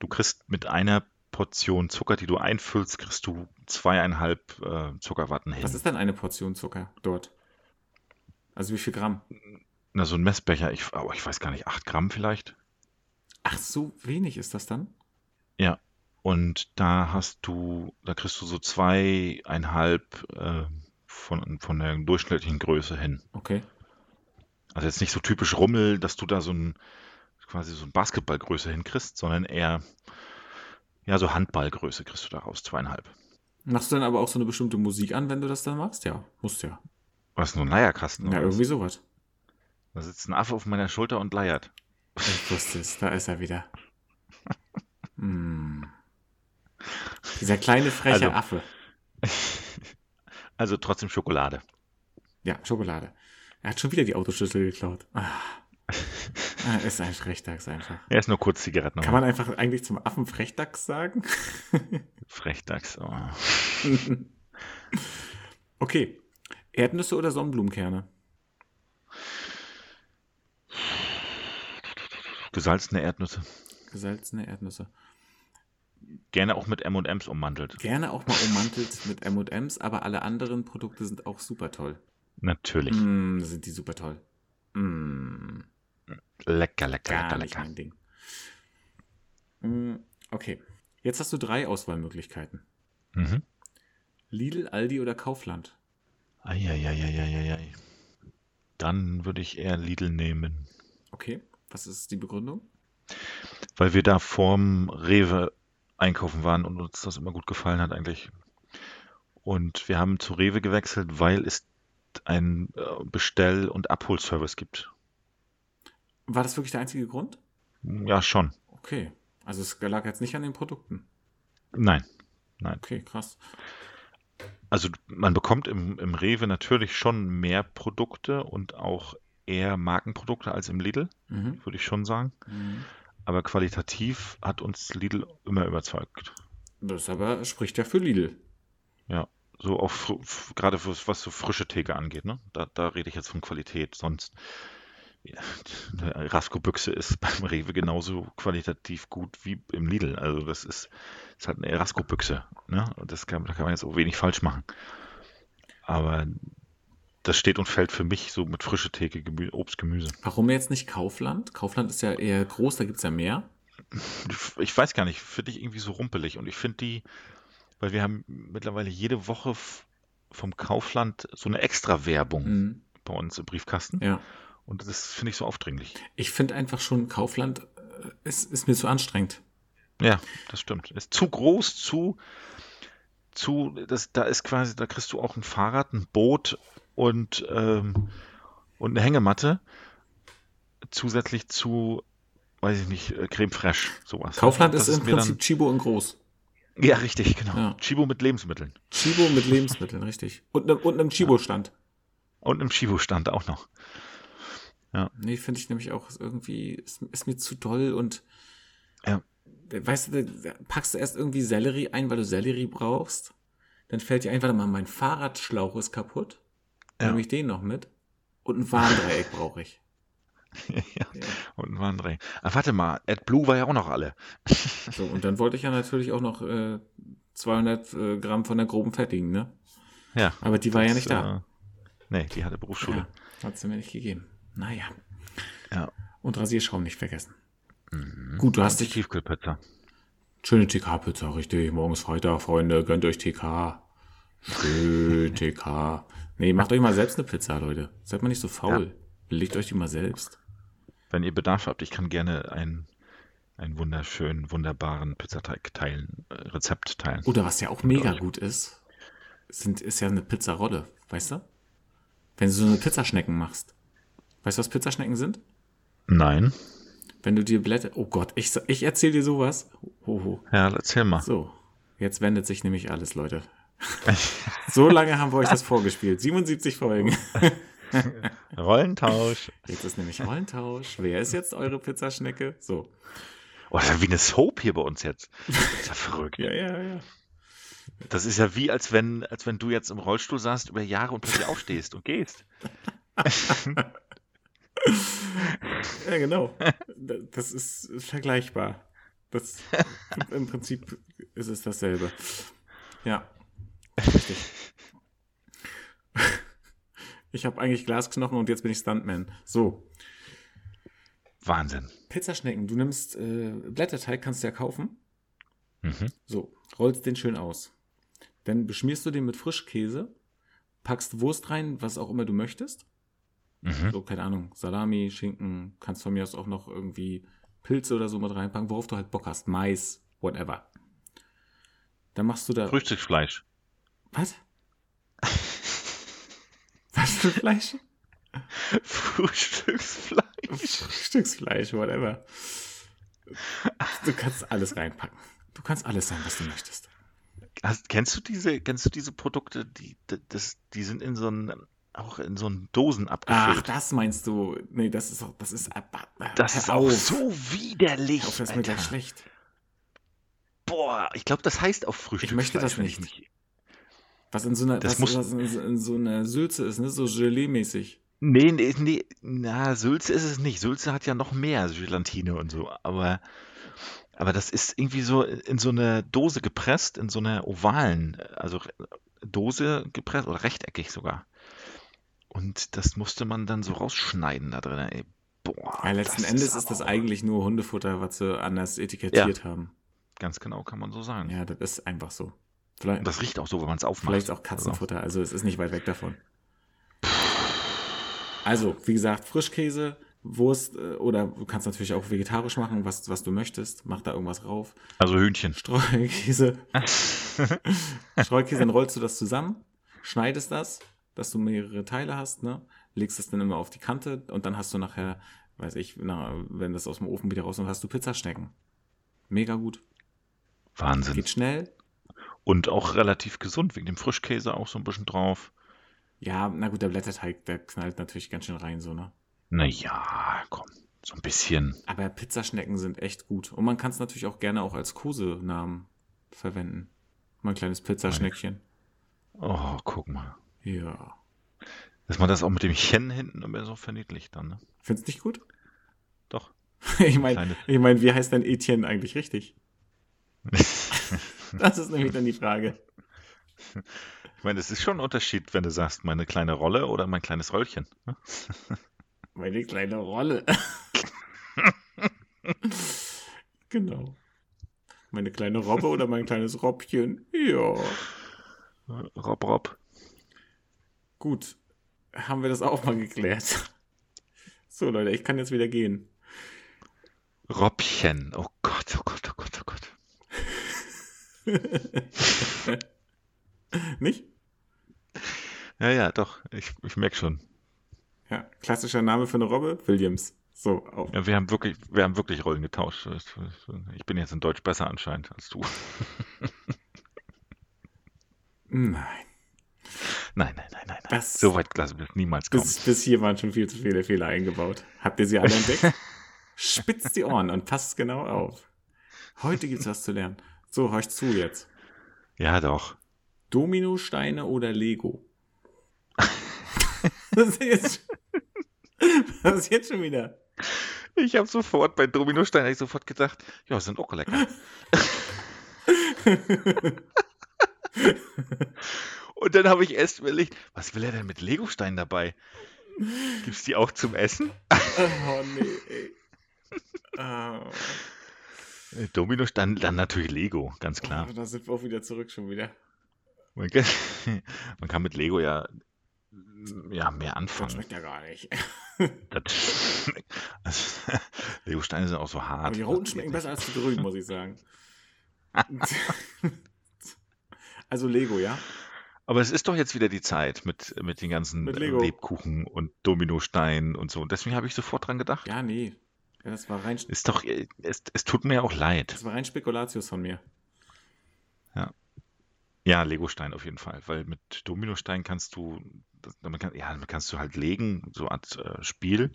Speaker 1: du kriegst mit einer Portion Zucker, die du einfüllst, kriegst du zweieinhalb äh, Zuckerwatten hin.
Speaker 2: Was ist denn eine Portion Zucker dort? Also wie viel Gramm?
Speaker 1: Na, so ein Messbecher, ich, aber ich weiß gar nicht, acht Gramm vielleicht.
Speaker 2: Ach, so wenig ist das dann?
Speaker 1: Ja. Und da hast du, da kriegst du so zweieinhalb äh, von, von der durchschnittlichen Größe hin.
Speaker 2: Okay.
Speaker 1: Also jetzt nicht so typisch Rummel, dass du da so ein quasi so ein Basketballgröße hinkriegst, sondern eher ja so Handballgröße kriegst du daraus zweieinhalb.
Speaker 2: Machst du dann aber auch so eine bestimmte Musik an, wenn du das dann machst? Ja, musst ja.
Speaker 1: Was nur ein Leierkasten?
Speaker 2: Ja,
Speaker 1: oder was?
Speaker 2: irgendwie sowas.
Speaker 1: Da sitzt ein Affe auf meiner Schulter und leiert.
Speaker 2: Ich wusste es, da ist er wieder. [laughs] Hm. Dieser kleine freche
Speaker 1: Also-
Speaker 2: Affe.
Speaker 1: Also trotzdem Schokolade.
Speaker 2: Ja, Schokolade. Er hat schon wieder die Autoschlüssel geklaut. Ah. Ah, Ist ein Frechdachs einfach.
Speaker 1: Er ist nur kurz Zigaretten.
Speaker 2: Kann man einfach eigentlich zum Affen Frechdachs sagen? [laughs]
Speaker 1: Frechdachs. Oh.
Speaker 2: okay. Erdnüsse oder Sonnenblumenkerne?
Speaker 1: Gesalzene Erdnüsse.
Speaker 2: Gesalzene Erdnüsse.
Speaker 1: Gerne auch mit M&M's ummantelt.
Speaker 2: Gerne auch mal ummantelt mit M&M's, aber alle anderen Produkte sind auch super toll.
Speaker 1: Natürlich.
Speaker 2: Mm, sind die super toll. Mm,
Speaker 1: Lecker, lecker,
Speaker 2: gar
Speaker 1: lecker,
Speaker 2: nicht
Speaker 1: lecker.
Speaker 2: mein Ding. Mm, okay. Jetzt hast du drei Auswahlmöglichkeiten.
Speaker 1: Mhm.
Speaker 2: Lidl, Aldi oder Kaufland?
Speaker 1: Eieieiei. Dann würde ich eher Lidl nehmen.
Speaker 2: Okay, was ist die Begründung?
Speaker 1: weil wir da vorm Rewe einkaufen waren und uns das immer gut gefallen hat eigentlich. Und wir haben zu Rewe gewechselt, weil es einen äh, Bestell- und Abholservice gibt.
Speaker 2: War das wirklich der einzige Grund?
Speaker 1: Ja, schon.
Speaker 2: Okay, also es lag jetzt nicht an den Produkten.
Speaker 1: Nein.
Speaker 2: Okay, krass.
Speaker 1: Also man bekommt im, im Rewe natürlich schon mehr Produkte und auch eher Markenprodukte als im Lidl,
Speaker 2: Mhm.
Speaker 1: würde ich schon sagen.
Speaker 2: Mhm.
Speaker 1: Aber qualitativ hat uns Lidl immer überzeugt.
Speaker 2: Das aber spricht ja für Lidl.
Speaker 1: So auch fr- f- gerade was, was so frische Theke angeht, ne? Da, da rede ich jetzt von Qualität. Sonst ja, [laughs] eine Erasco-Büchse ist [laughs] beim Rewe genauso qualitativ gut wie im Lidl. Also das ist, ist halt eine Erasco-Büchse, ne? Und das kann, da kann man jetzt auch wenig falsch machen. Aber das steht und fällt für mich so mit frische Theke, Gemü Obst, Gemüse. [laughs]
Speaker 2: Warum jetzt nicht Kaufland? Kaufland ist ja eher groß, da gibt es ja mehr.
Speaker 1: Ich weiß gar nicht, finde ich irgendwie so rumpelig. Und ich finde die, weil wir haben mittlerweile jede Woche f- vom Kaufland so eine Extra-Werbung.
Speaker 2: Mhm.
Speaker 1: bei uns im Briefkasten.
Speaker 2: Ja.
Speaker 1: Und das finde ich so aufdringlich.
Speaker 2: Ich finde einfach schon, Kaufland äh, ist, ist mir zu anstrengend.
Speaker 1: Ja, das stimmt. Ist zu groß, zu, zu, das, da ist quasi, da kriegst du auch ein Fahrrad, ein Boot und, ähm, und eine Hängematte. Zusätzlich zu, weiß ich nicht, äh, Creme Fraiche, sowas.
Speaker 2: Kaufland
Speaker 1: Das
Speaker 2: ist im
Speaker 1: mir
Speaker 2: Prinzip Chibo in groß.
Speaker 1: Dann, ja, richtig, genau.
Speaker 2: Ja.
Speaker 1: Chibo mit Lebensmitteln.
Speaker 2: Chibo mit Lebensmitteln, richtig. Und, ne- und einem Chibo-Stand.
Speaker 1: Und im Chibo-Stand auch noch. [laughs]
Speaker 2: Nee, finde ich nämlich auch ist irgendwie, ist, ist mir zu doll und
Speaker 1: Ja.
Speaker 2: weißt du, da packst du erst irgendwie Sellerie ein, weil du Sellerie brauchst. Dann fällt dir ein, warte mal, mein Fahrradschlauch ist kaputt. Dann
Speaker 1: Ja.
Speaker 2: nehme ich den noch mit. Und ein Warndreieck brauche ich.
Speaker 1: ja.
Speaker 2: Ja.
Speaker 1: Und ein Warndreieck. Ah, warte mal, AdBlue war ja auch noch alle.
Speaker 2: So, und dann wollte ich ja natürlich auch noch äh, 200 äh, Gramm von der groben Fettigen, ne?
Speaker 1: Ja.
Speaker 2: Aber die war ja
Speaker 1: Das,
Speaker 2: nicht da.
Speaker 1: Äh, nee, die hatte Berufsschule.
Speaker 2: Ja, hat sie mir nicht gegeben. Naja.
Speaker 1: Ja.
Speaker 2: Und Rasierschaum nicht vergessen. Gut, du hast
Speaker 1: Die
Speaker 2: dich,
Speaker 1: Tiefkühlpizza.
Speaker 2: Schöne TK-Pizza, richtig. Morgens Freitag, Freunde, gönnt euch TK. Schön TK. Nee, macht euch mal selbst eine Pizza, Leute. Seid mal nicht so faul. Belegt euch die mal selbst.
Speaker 1: Wenn ihr Bedarf habt, ich kann gerne ein, einen wunderschönen, wunderbaren Pizzateig teilen, äh, Rezept teilen.
Speaker 2: Oder was ja auch mega gut ist, sind, ist ja eine Pizzarolle, weißt du? Wenn du so eine Pizzaschnecken machst. Weißt du, was Pizzaschnecken sind?
Speaker 1: Nein.
Speaker 2: Wenn du dir Blätter. Oh Gott, ich, sa- ich erzähle dir sowas. Hoho.
Speaker 1: Ja, erzähl mal.
Speaker 2: So, jetzt wendet sich nämlich alles, Leute. so lange haben wir euch das vorgespielt. 77 Folgen.
Speaker 1: Rollentausch.
Speaker 2: Jetzt ist nämlich Rollentausch. Wer ist jetzt eure Pizzaschnecke? So.
Speaker 1: Oh, das ist ja wie eine Soap hier bei uns jetzt. Das ist ja verrückt.
Speaker 2: Ja, ja, ja.
Speaker 1: Das ist ja wie, als wenn, als wenn du jetzt im Rollstuhl saßt über Jahre und plötzlich aufstehst und gehst.
Speaker 2: Ja, genau. D- Das ist vergleichbar. Das, Im Prinzip ist es dasselbe. Ja. Richtig. Ich habe eigentlich Glasknochen und jetzt bin ich Stuntman. So,
Speaker 1: Wahnsinn.
Speaker 2: Pizzaschnecken. Du nimmst äh, Blätterteig, kannst du ja kaufen.
Speaker 1: Mhm.
Speaker 2: So, rollst den schön aus. Dann beschmierst du den mit Frischkäse, packst Wurst rein, was auch immer du möchtest.
Speaker 1: Mhm.
Speaker 2: So, keine Ahnung, Salami, Schinken, kannst von mir aus auch noch irgendwie Pilze oder so mit reinpacken, worauf du halt Bock hast. Mais, whatever. Dann machst du da.
Speaker 1: Frühstücksfleisch.
Speaker 2: Was? Was für Fleisch?
Speaker 1: [laughs]
Speaker 2: [laughs]
Speaker 1: Frühstücksfleisch.
Speaker 2: Frühstücksfleisch, whatever. Du kannst alles reinpacken. Du kannst alles sein, was du möchtest.
Speaker 1: Hast, kennst du diese, kennst du diese Produkte, die, d- das, die sind in so einen, auch in so einen Dosen
Speaker 2: Ach,
Speaker 1: abgefüllt?
Speaker 2: das meinst du. Nee, das ist auch, das ist.
Speaker 1: das ist auch so widerlich.
Speaker 2: Auf, das ist mir
Speaker 1: Alter.
Speaker 2: gleich schlecht.
Speaker 1: Boah, ich glaube, das heißt auch Frühstücksfleisch.
Speaker 2: möchte das
Speaker 1: wenn
Speaker 2: nicht.
Speaker 1: mich-
Speaker 2: Was in so einer,
Speaker 1: Das
Speaker 2: was,
Speaker 1: muss-
Speaker 2: was in, so- in so einer Sülze ist, ne? So Gelee-mäßig.
Speaker 1: Nee, nee, nee, na, Sülze ist es nicht. Sülze hat ja noch mehr Gelatine und so, aber, aber das ist irgendwie so in so eine Dose gepresst, in so einer ovalen, also re- Dose gepresst oder rechteckig sogar. Und das musste man dann so rausschneiden da drin. Ey, boah,
Speaker 2: Ja, letzten
Speaker 1: Oh, das
Speaker 2: Endes ist, das
Speaker 1: aber-
Speaker 2: eigentlich nur Hundefutter, was sie anders etikettiert haben.
Speaker 1: Ganz genau kann man so sagen.
Speaker 2: Ja, das ist einfach so. Vielleicht,
Speaker 1: Und das riecht auch so, wenn man es aufmacht.
Speaker 2: vielleicht auch Katzenfutter, also es ist nicht weit weg davon. Also, wie gesagt, Frischkäse, Wurst äh, oder du kannst natürlich auch vegetarisch machen, was, was du möchtest. Mach da irgendwas rauf.
Speaker 1: Also, also Hühnchen. [laughs]
Speaker 2: [laughs] Streukäse, Streukäse, dann rollst du das zusammen, schneidest das, dass du mehrere Teile hast, ne? legst es dann immer auf die Kante und dann hast du nachher, weiß ich, na, wenn das aus dem Ofen wieder raus und hast du Pizzaschnecken. Mega gut.
Speaker 1: Wahnsinn.
Speaker 2: Geht schnell.
Speaker 1: Und auch relativ gesund, wegen dem Frischkäse auch so ein bisschen drauf.
Speaker 2: Ja, na gut, der Blätterteig, der knallt natürlich ganz schön rein, so, ne?
Speaker 1: Naja, komm, so ein bisschen.
Speaker 2: Aber Pizzaschnecken sind echt gut. Und man kann es natürlich auch gerne auch als Kosenamen verwenden. Mal ein kleines Pizzaschneckchen.
Speaker 1: Oh, guck mal.
Speaker 2: Ja.
Speaker 1: Dass man das auch mit dem Chen hinten immer so verniedlicht dann, ne?
Speaker 2: Findest nicht gut? [laughs]
Speaker 1: Doch.
Speaker 2: Ich meine,
Speaker 1: Kleine- [laughs]
Speaker 2: ich mein, wie heißt denn Etienne eigentlich richtig? Das ist nämlich dann die Frage.
Speaker 1: Ich meine, es ist schon ein Unterschied, wenn du sagst, meine kleine Rolle oder mein kleines Röllchen. Ne?
Speaker 2: Meine kleine Rolle. [laughs] genau. Meine kleine Robbe oder mein kleines Robbchen. Ja.
Speaker 1: Rob, Rob.
Speaker 2: Gut. Haben wir das auch mal geklärt. So, Leute, ich kann jetzt wieder gehen.
Speaker 1: Robchen. Oh Gott, oh Gott, oh Gott, oh Gott.
Speaker 2: Nicht?
Speaker 1: Ja, ja, doch. Ich, ich merke schon.
Speaker 2: Ja, klassischer Name für eine Robbe, Williams. So, auf.
Speaker 1: Ja, wir haben wirklich, wir haben wirklich Rollen getauscht. Ich bin jetzt in Deutsch besser anscheinend als du. [laughs]
Speaker 2: Nein.
Speaker 1: Nein, nein, nein, nein. nein.
Speaker 2: Das-
Speaker 1: So weit lassen wir es niemals kommen.
Speaker 2: Bis, bis hier waren schon viel zu viele Fehler eingebaut. Habt ihr sie
Speaker 1: [laughs]
Speaker 2: alle entdeckt? Spitzt die Ohren und passt genau auf. Heute gibt's was zu lernen. So, horch zu jetzt.
Speaker 1: Ja, doch.
Speaker 2: Dominosteine
Speaker 1: [laughs]
Speaker 2: oder Lego? Was ist jetzt, was ist jetzt schon wieder?
Speaker 1: Ich habe sofort bei Dominostein hab ich sofort gedacht, ja, sind auch lecker. Und dann habe ich erst überlegt, was will er denn mit Legostein dabei? Gibt's die auch zum Essen?
Speaker 2: Ah, Oh nee. ey. Oh.
Speaker 1: Äh, Domino, dann, dann natürlich Lego, ganz klar.
Speaker 2: Da sind wir auch wieder zurück schon wieder.
Speaker 1: Man kann, [laughs] man kann mit Lego ja, ja mehr
Speaker 2: Das
Speaker 1: anfangen.
Speaker 2: schmeckt ja gar nicht.
Speaker 1: Das, [laughs] also, Lego Steine sind auch so
Speaker 2: Aber
Speaker 1: hart.
Speaker 2: die roten schmecken besser als die grünen, muss ich sagen. [laughs] also Lego, ja?
Speaker 1: Aber es ist doch jetzt wieder die Zeit mit, mit den ganzen
Speaker 2: Mit Lego.
Speaker 1: Lebkuchen und Dominosteinen und so. Und deswegen habe ich sofort dran gedacht.
Speaker 2: Ja, nee. Ja, das war rein,
Speaker 1: Ist doch, äh, es, es tut mir auch leid.
Speaker 2: das war rein Spekulatius von mir.
Speaker 1: Ja, Legostein auf jeden Fall, weil mit Dominostein kannst du, das- damit, kann, ja, damit kannst du halt legen, so Art äh, Spiel.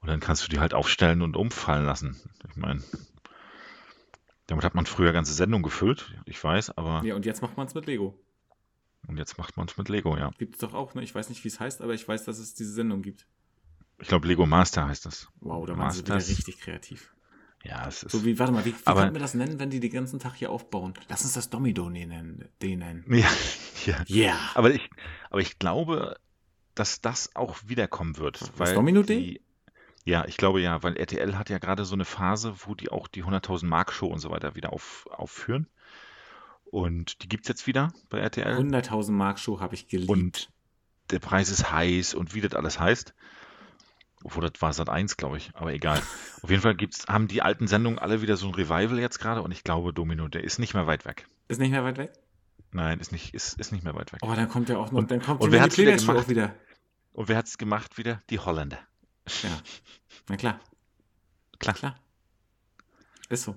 Speaker 1: Und dann kannst du die halt aufstellen und umfallen lassen. Ich meine, damit hat man früher ganze Sendung gefüllt, ich weiß, aber
Speaker 2: Ja, und jetzt macht man es mit Lego.
Speaker 1: und jetzt macht man es mit Lego, ja.
Speaker 2: Gibt es doch auch, ne? Ich weiß nicht, wie es heißt, aber ich weiß, dass es diese Sendung gibt.
Speaker 1: Ich glaube, Lego Master heißt das.
Speaker 2: Wow, da waren sie wieder
Speaker 1: Masters.
Speaker 2: richtig kreativ.
Speaker 1: Ja, es ist.
Speaker 2: So wie, warte mal, wie, wie
Speaker 1: Aber-
Speaker 2: könnten wir das nennen, wenn die den ganzen Tag hier aufbauen? Lass uns das Domino nennen. Den nennen.
Speaker 1: [laughs] ja, ja.
Speaker 2: Yeah.
Speaker 1: Aber ich, aber ich glaube, dass das auch wiederkommen wird.
Speaker 2: Was,
Speaker 1: Weil
Speaker 2: Domino
Speaker 1: die,
Speaker 2: Day?
Speaker 1: Ja, ich glaube ja, weil RTL hat ja gerade so eine Phase, wo die auch die 100.000 Mark Show und so weiter wieder auf, aufführen. Und die gibt's jetzt wieder bei RTL.
Speaker 2: 100.000 Mark Show habe ich geliebt.
Speaker 1: Und der Preis ist heiß und wie das alles heißt. Obwohl, das war Sat 1, glaube ich, aber
Speaker 2: [laughs]
Speaker 1: egal. Auf jeden Fall gibt's, haben die alten Sendungen alle wieder so ein Revival jetzt gerade und ich glaube, Domino, der ist nicht mehr weit weg.
Speaker 2: Ist nicht mehr weit weg?
Speaker 1: Nein, ist nicht, ist, ist nicht mehr weit weg.
Speaker 2: Oh, dann kommt ja auch noch, dann kommt
Speaker 1: und
Speaker 2: die
Speaker 1: wer hat's wieder
Speaker 2: Mini-Playback-Show auch wieder.
Speaker 1: Und wer hat's gemacht wieder? Die Holländer.
Speaker 2: Ja. Na klar.
Speaker 1: Klar.
Speaker 2: Klar. Ist so.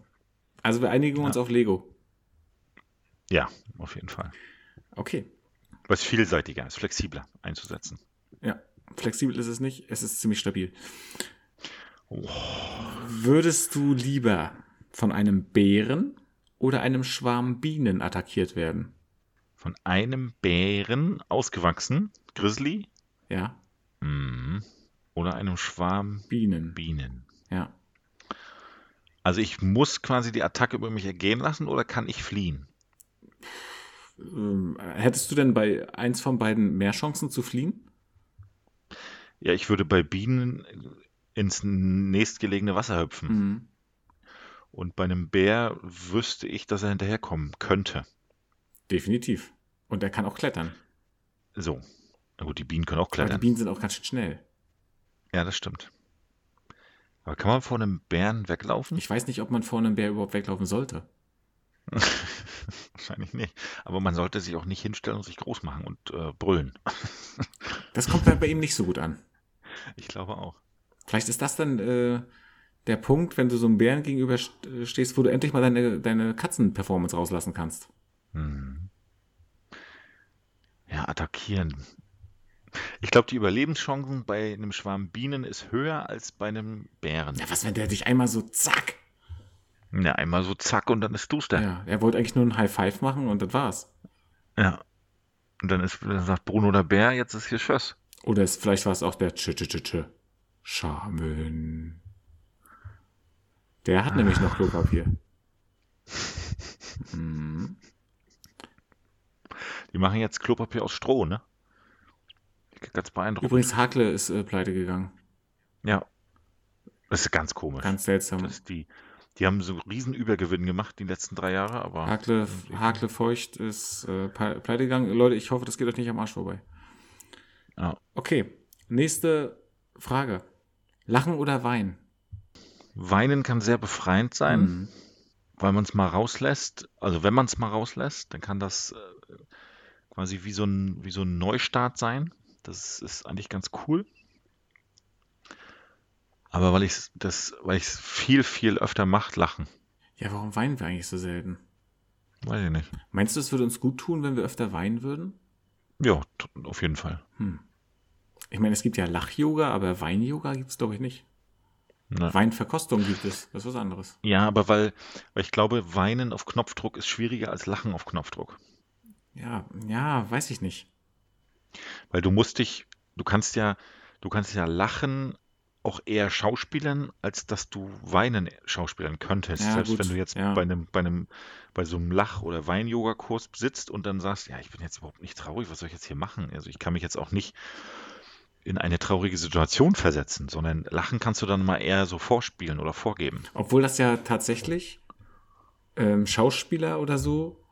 Speaker 2: Also wir einigen uns
Speaker 1: Ja.
Speaker 2: auf Lego.
Speaker 1: Ja, auf jeden Fall.
Speaker 2: Okay.
Speaker 1: Was vielseitiger ist, flexibler einzusetzen.
Speaker 2: Ja. Flexibel ist es nicht, es ist ziemlich stabil.
Speaker 1: Oh.
Speaker 2: Würdest du lieber von einem Bären oder einem Schwarm Bienen attackiert werden?
Speaker 1: Von einem Bären ausgewachsen, Grizzly,
Speaker 2: Ja,
Speaker 1: mhm. oder einem Schwarm
Speaker 2: Bienen.
Speaker 1: Bienen.
Speaker 2: Ja.
Speaker 1: Also ich muss quasi die Attacke über mich ergehen lassen oder kann ich fliehen?
Speaker 2: Ähm, hättest du denn bei eins von beiden mehr Chancen zu fliehen?
Speaker 1: Ja, ich würde bei Bienen ins nächstgelegene Wasser hüpfen.
Speaker 2: Mhm.
Speaker 1: Und bei einem Bär wüsste ich, dass er hinterherkommen könnte.
Speaker 2: Definitiv. Und er kann auch klettern.
Speaker 1: So. Na gut, die Bienen können auch
Speaker 2: Aber die
Speaker 1: klettern.
Speaker 2: Bienen sind auch ganz schön schnell.
Speaker 1: Ja, das stimmt. Aber kann man vor einem Bären weglaufen?
Speaker 2: Ich weiß nicht, ob man vor einem Bär überhaupt weglaufen sollte.
Speaker 1: [laughs] Wahrscheinlich nicht. Aber man sollte sich auch nicht hinstellen und sich groß machen und äh, brüllen. [laughs]
Speaker 2: Das kommt bei ihm nicht so gut an.
Speaker 1: Ich glaube auch.
Speaker 2: Vielleicht ist das dann äh, der Punkt, wenn du so einem Bären gegenüber st- äh, stehst, wo du endlich mal deine, deine Katzen-Performance rauslassen kannst.
Speaker 1: Hm. Ja, attackieren. Ich glaube, die Überlebenschancen bei einem Schwarm Bienen ist höher als bei einem Bären.
Speaker 2: Ja, was, wenn der dich einmal so zack.
Speaker 1: Ja, einmal so zack und dann ist du's da.
Speaker 2: Ja, er wollte eigentlich nur einen High Five machen und das war's.
Speaker 1: Ja. Und dann ist, dann sagt Bruno der Bär, jetzt ist hier Schluss.
Speaker 2: Oder es, vielleicht war es auch der tsch tsch tsch tsch Schamen. Der hat nämlich noch Klopapier. Hm.
Speaker 1: Die machen jetzt Klopapier aus Stroh, ne? Ganz beeindruckend.
Speaker 2: Übrigens, Hakle ist äh, pleite gegangen.
Speaker 1: Ja. Das ist ganz komisch.
Speaker 2: Ganz seltsam.
Speaker 1: Das ist die, die haben so einen riesen Übergewinn gemacht die letzten drei Jahre, aber
Speaker 2: Hakle, Hakle Feucht ist äh, pe- pleite gegangen. Leute, ich hoffe, das geht euch nicht am Arsch vorbei.
Speaker 1: Ja.
Speaker 2: Okay, nächste Frage. Lachen oder Wein?
Speaker 1: weinen kann sehr befreiend sein,
Speaker 2: Mhm. Hm.
Speaker 1: weil man es mal rauslässt. Also wenn man es mal rauslässt, dann kann das äh, quasi wie so, ein, wie so ein Neustart sein. Das ist eigentlich ganz cool. Aber weil ich das, weil ich es viel, viel öfter macht, lachen.
Speaker 2: Ja, warum weinen wir eigentlich so selten?
Speaker 1: Weiß ich nicht.
Speaker 2: Meinst du, es würde uns gut tun, wenn wir öfter weinen würden?
Speaker 1: Ja, t- auf jeden Fall.
Speaker 2: Hm. Ich meine, es gibt ja Lach-Yoga, aber Wein-Yoga gibt es, glaube ich, nicht.
Speaker 1: Ne.
Speaker 2: Weinverkostung gibt es, das ist was anderes.
Speaker 1: Ja, aber weil, weil ich glaube, Weinen auf Knopfdruck ist schwieriger als Lachen auf Knopfdruck.
Speaker 2: Ja, ja, weiß ich nicht.
Speaker 1: Weil du musst dich, du kannst ja, du kannst ja lachen auch eher schauspielern, als dass du weinen äh, schauspielern könntest.
Speaker 2: Ja,
Speaker 1: Selbst
Speaker 2: gut,
Speaker 1: wenn du jetzt
Speaker 2: ja.
Speaker 1: bei einem, bei einem, bei so einem Lach- oder Wein-Yoga-Kurs sitzt und dann sagst, ja, ich bin jetzt überhaupt nicht traurig, was soll ich jetzt hier machen? Also ich kann mich jetzt auch nicht in eine traurige Situation versetzen, sondern lachen kannst du dann mal eher so vorspielen oder vorgeben.
Speaker 2: Obwohl das ja tatsächlich ähm, Schauspieler oder so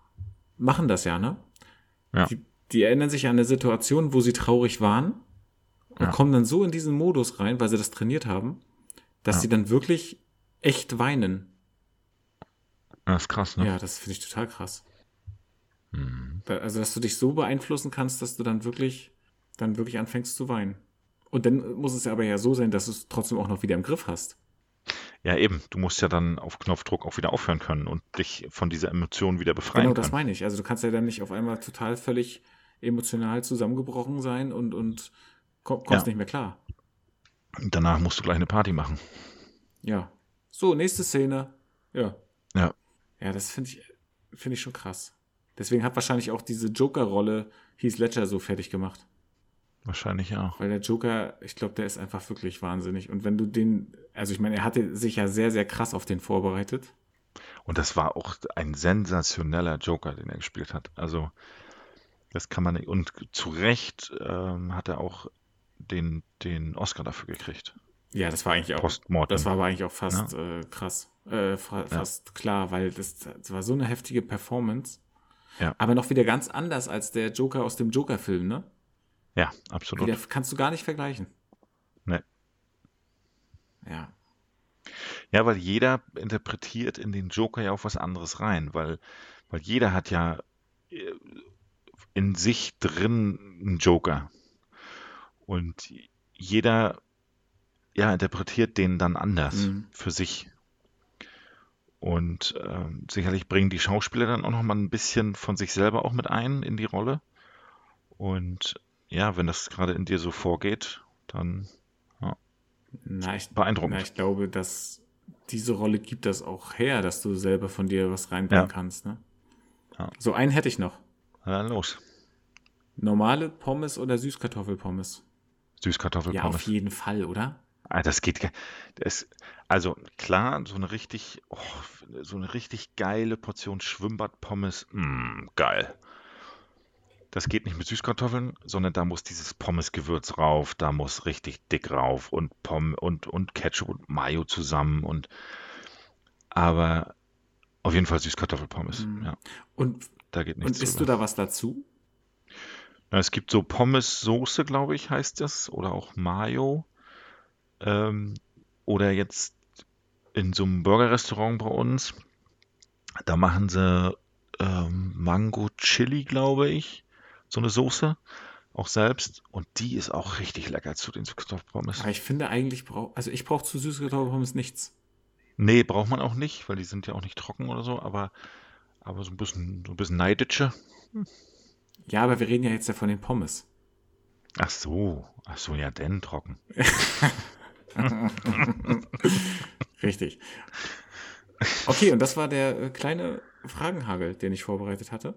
Speaker 2: machen das ja, ne?
Speaker 1: Ja.
Speaker 2: Die, die erinnern sich an eine Situation, wo sie traurig waren und
Speaker 1: Ja.
Speaker 2: kommen dann so in diesen Modus rein, weil sie das trainiert haben, dass
Speaker 1: Ja.
Speaker 2: sie dann wirklich echt weinen.
Speaker 1: Das ist krass,
Speaker 2: Ja,
Speaker 1: ne?
Speaker 2: das finde ich total krass.
Speaker 1: Mhm.
Speaker 2: Da, also, dass du dich so beeinflussen kannst, dass du dann wirklich, dann wirklich anfängst zu weinen. Und dann muss es aber ja so sein, dass du es trotzdem auch noch wieder im Griff hast.
Speaker 1: Ja, eben. Du musst ja dann auf Knopfdruck auch wieder aufhören können und dich von dieser Emotion wieder befreien
Speaker 2: Genau, das
Speaker 1: können.
Speaker 2: meine ich. Also du kannst ja dann nicht auf einmal total völlig emotional zusammengebrochen sein und, und ko- kommst
Speaker 1: Ja.
Speaker 2: nicht mehr klar.
Speaker 1: Und Danach musst du gleich eine Party machen.
Speaker 2: Ja. So, nächste Szene. Ja.
Speaker 1: Ja.
Speaker 2: Ja, das finde ich, finde ich schon krass. Deswegen hat wahrscheinlich auch diese Joker-Rolle Heath Ledger so fertig gemacht.
Speaker 1: Wahrscheinlich ja.
Speaker 2: Weil der Joker, ich glaube, der ist einfach wirklich wahnsinnig. Und wenn du den, also ich meine, er hatte sich ja sehr, sehr krass auf den vorbereitet.
Speaker 1: Und das war auch ein sensationeller Joker, den er gespielt hat. Also, das kann man nicht. Und zu Recht ähm, hat er auch den, den Oscar dafür gekriegt.
Speaker 2: Ja, das war eigentlich auch.
Speaker 1: Postmortem.
Speaker 2: Das war aber eigentlich auch fast äh, krass, äh, fa fast klar, weil das, das war so eine heftige Performance.
Speaker 1: Ja.
Speaker 2: Aber noch wieder ganz anders als der Joker aus dem Joker-Film, ne?
Speaker 1: ja,
Speaker 2: Wieder
Speaker 1: absolut.
Speaker 2: kannst du gar nicht vergleichen.
Speaker 1: Nee.
Speaker 2: Ja.
Speaker 1: Ja, weil jeder interpretiert in den Joker ja auch was anderes rein, weil, weil jeder hat ja äh, in sich drin einen Joker. Und jeder ja, interpretiert den dann anders
Speaker 2: Mhm.
Speaker 1: für sich. Und ähm, sicherlich bringen die Schauspieler dann auch nochmal ein bisschen von sich selber auch mit ein in die Rolle. Und ja, wenn das gerade in dir so vorgeht, dann
Speaker 2: Na, ich,
Speaker 1: beeindruckend.
Speaker 2: na, ich glaube, dass diese Rolle gibt das auch her, dass du selber von dir was reinbringen
Speaker 1: Ja.
Speaker 2: kannst, ne?
Speaker 1: Ja.
Speaker 2: So einen hätte ich noch.
Speaker 1: Na dann los.
Speaker 2: Normale Pommes oder Süßkartoffelpommes? Ja,
Speaker 1: Süßkartoffelpommes.
Speaker 2: auf jeden Fall, oder?
Speaker 1: Ah, das geht. ge- Das, also klar, so eine richtig, oh, so eine richtig geile Portion Schwimmbad-Pommes, mm, geil. Das geht nicht mit Süßkartoffeln, sondern da muss dieses Pommes-Gewürz rauf, da muss richtig dick rauf und Pomm und und Ketchup und Mayo zusammen und aber auf jeden Fall Süßkartoffelpommes.
Speaker 2: Mm.
Speaker 1: Ja,
Speaker 2: Und,
Speaker 1: da geht nichts
Speaker 2: und isst
Speaker 1: drüber.
Speaker 2: du da was dazu?
Speaker 1: Na, Äh, Es gibt so Pommes-Soße, glaube ich, heißt das, oder auch Mayo. Ähm, oder jetzt in so einem Burger-Restaurant bei uns, da machen sie ähm, Mango-Chili, glaube ich, so eine Soße, auch selbst. Und die ist auch richtig lecker zu den Kartoffelpommes.
Speaker 2: Aber ich finde eigentlich brauch, also ich brauche zu Süßkartoffelpommes nichts.
Speaker 1: Nee, braucht man auch nicht, weil die sind ja auch nicht trocken oder so, aber, aber so ein bisschen, so ein bisschen neidische.
Speaker 2: Ja, aber wir reden ja jetzt ja von den Pommes.
Speaker 1: Ach so, ach so, ja, denn trocken.
Speaker 2: Richtig. Okay, und das war der äh, kleine Fragenhagel, den ich vorbereitet hatte.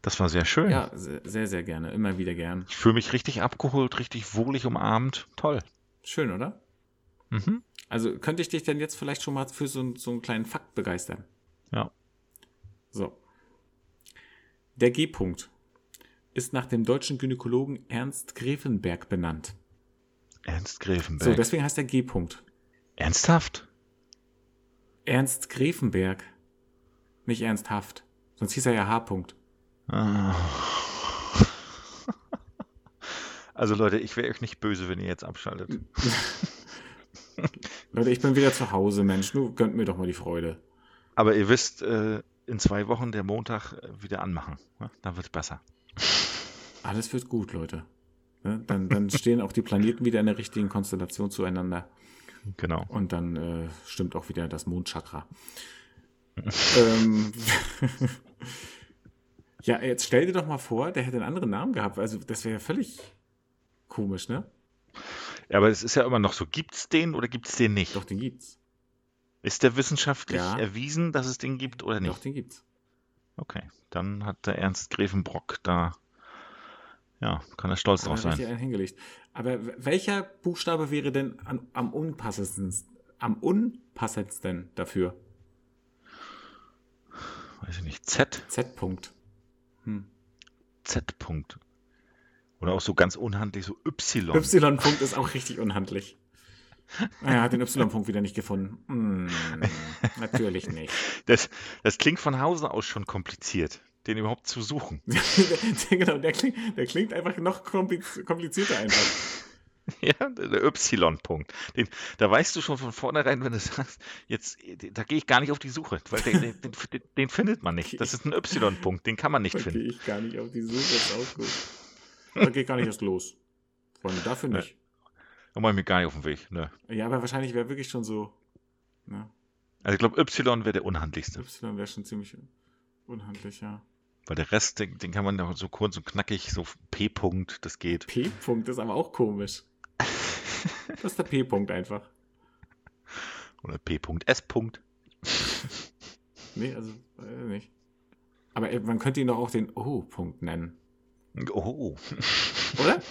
Speaker 1: Das war sehr schön.
Speaker 2: Ja, se- sehr, sehr gerne. Immer wieder gern.
Speaker 1: Ich fühle mich richtig abgeholt, richtig wohlig umarmt. Toll.
Speaker 2: Schön, oder?
Speaker 1: Mhm.
Speaker 2: Also könnte ich dich denn jetzt vielleicht schon mal für so, einen- so einen kleinen Fakt begeistern?
Speaker 1: Ja.
Speaker 2: So. Der G-Punkt ist nach dem deutschen Gynäkologen Ernst Grevenberg benannt.
Speaker 1: Ernst
Speaker 2: So,
Speaker 1: Grevenberg.
Speaker 2: deswegen heißt der G-Punkt.
Speaker 1: Ernsthaft?
Speaker 2: Ernst Grevenberg. Nicht ernsthaft. Sonst hieß er ja H-Punkt.
Speaker 1: Ah. Also Leute, ich wäre euch nicht böse, wenn ihr jetzt abschaltet.
Speaker 2: Hm. Leute, ich bin wieder zu Hause, Mensch. Nun gönnt mir doch mal die Freude.
Speaker 1: Aber ihr wisst, äh, in zwei Wochen der Montag äh, wieder anmachen. Ja, dann wird's besser.
Speaker 2: Alles wird gut, Leute. Ne? Dann, dann stehen auch die Planeten wieder in der richtigen Konstellation zueinander.
Speaker 1: Genau.
Speaker 2: Und dann äh, stimmt auch wieder das Mondchakra. ähm, [laughs] ja, jetzt stell dir doch mal vor, der hätte einen anderen Namen gehabt. Also, das wäre ja völlig komisch, ne?
Speaker 1: Ja, aber es ist ja immer noch so, gibt's den oder gibt's den nicht?
Speaker 2: Doch, den gibt's.
Speaker 1: Ist der wissenschaftlich
Speaker 2: Ja.
Speaker 1: erwiesen, dass es den gibt oder
Speaker 2: Doch,
Speaker 1: nicht?
Speaker 2: den gibt's.
Speaker 1: Okay, dann hat der Ernst Grevenbrock da, ja, kann er stolz drauf
Speaker 2: Hat er richtig
Speaker 1: sein.
Speaker 2: einen hingelegt. Aber w- welcher Buchstabe wäre denn an, am unpassendsten, am unpassendsten dafür?
Speaker 1: Weiß ich nicht, Z?
Speaker 2: Z-Punkt. Hm.
Speaker 1: Z-Punkt. Oder auch so ganz unhandlich, so Y.
Speaker 2: Y-Punkt ist auch richtig unhandlich. Ah, Er hat den Y-Punkt wieder nicht gefunden. Hm, natürlich nicht. [laughs]
Speaker 1: Das, das klingt von Hause aus schon kompliziert, den überhaupt zu suchen. [laughs]
Speaker 2: der, genau, der klingt, der klingt einfach noch kompliz- komplizierter einfach.
Speaker 1: Ja, der Y-Punkt. Den, da weißt du schon von vornherein, wenn du sagst, jetzt, da gehe ich gar nicht auf die Suche, weil den, den, den, den findet man nicht. Das ist ein Y-Punkt, den kann man nicht
Speaker 2: Da gehe
Speaker 1: finden.
Speaker 2: ich gar nicht auf die Suche, ist auch gut. Da geht gar nicht erst los. Freunde, dafür
Speaker 1: Nee.
Speaker 2: nicht.
Speaker 1: Da mache ich mir gar nicht auf den Weg. Ne.
Speaker 2: Ja, aber wahrscheinlich wäre wirklich schon so. Ne?
Speaker 1: Also ich glaube, Y wäre der unhandlichste,
Speaker 2: Y wäre schon ziemlich unhandlich, ja.
Speaker 1: weil der Rest, den, den kann man auch so kurz und knackig, so P-Punkt, das geht.
Speaker 2: P-Punkt ist aber auch komisch. Das ist der P-Punkt einfach.
Speaker 1: Oder P-Punkt, S-Punkt.
Speaker 2: Nee, also äh, nicht. Aber äh, man könnte ihn doch auch den O-Punkt nennen,
Speaker 1: Oh,
Speaker 2: oder?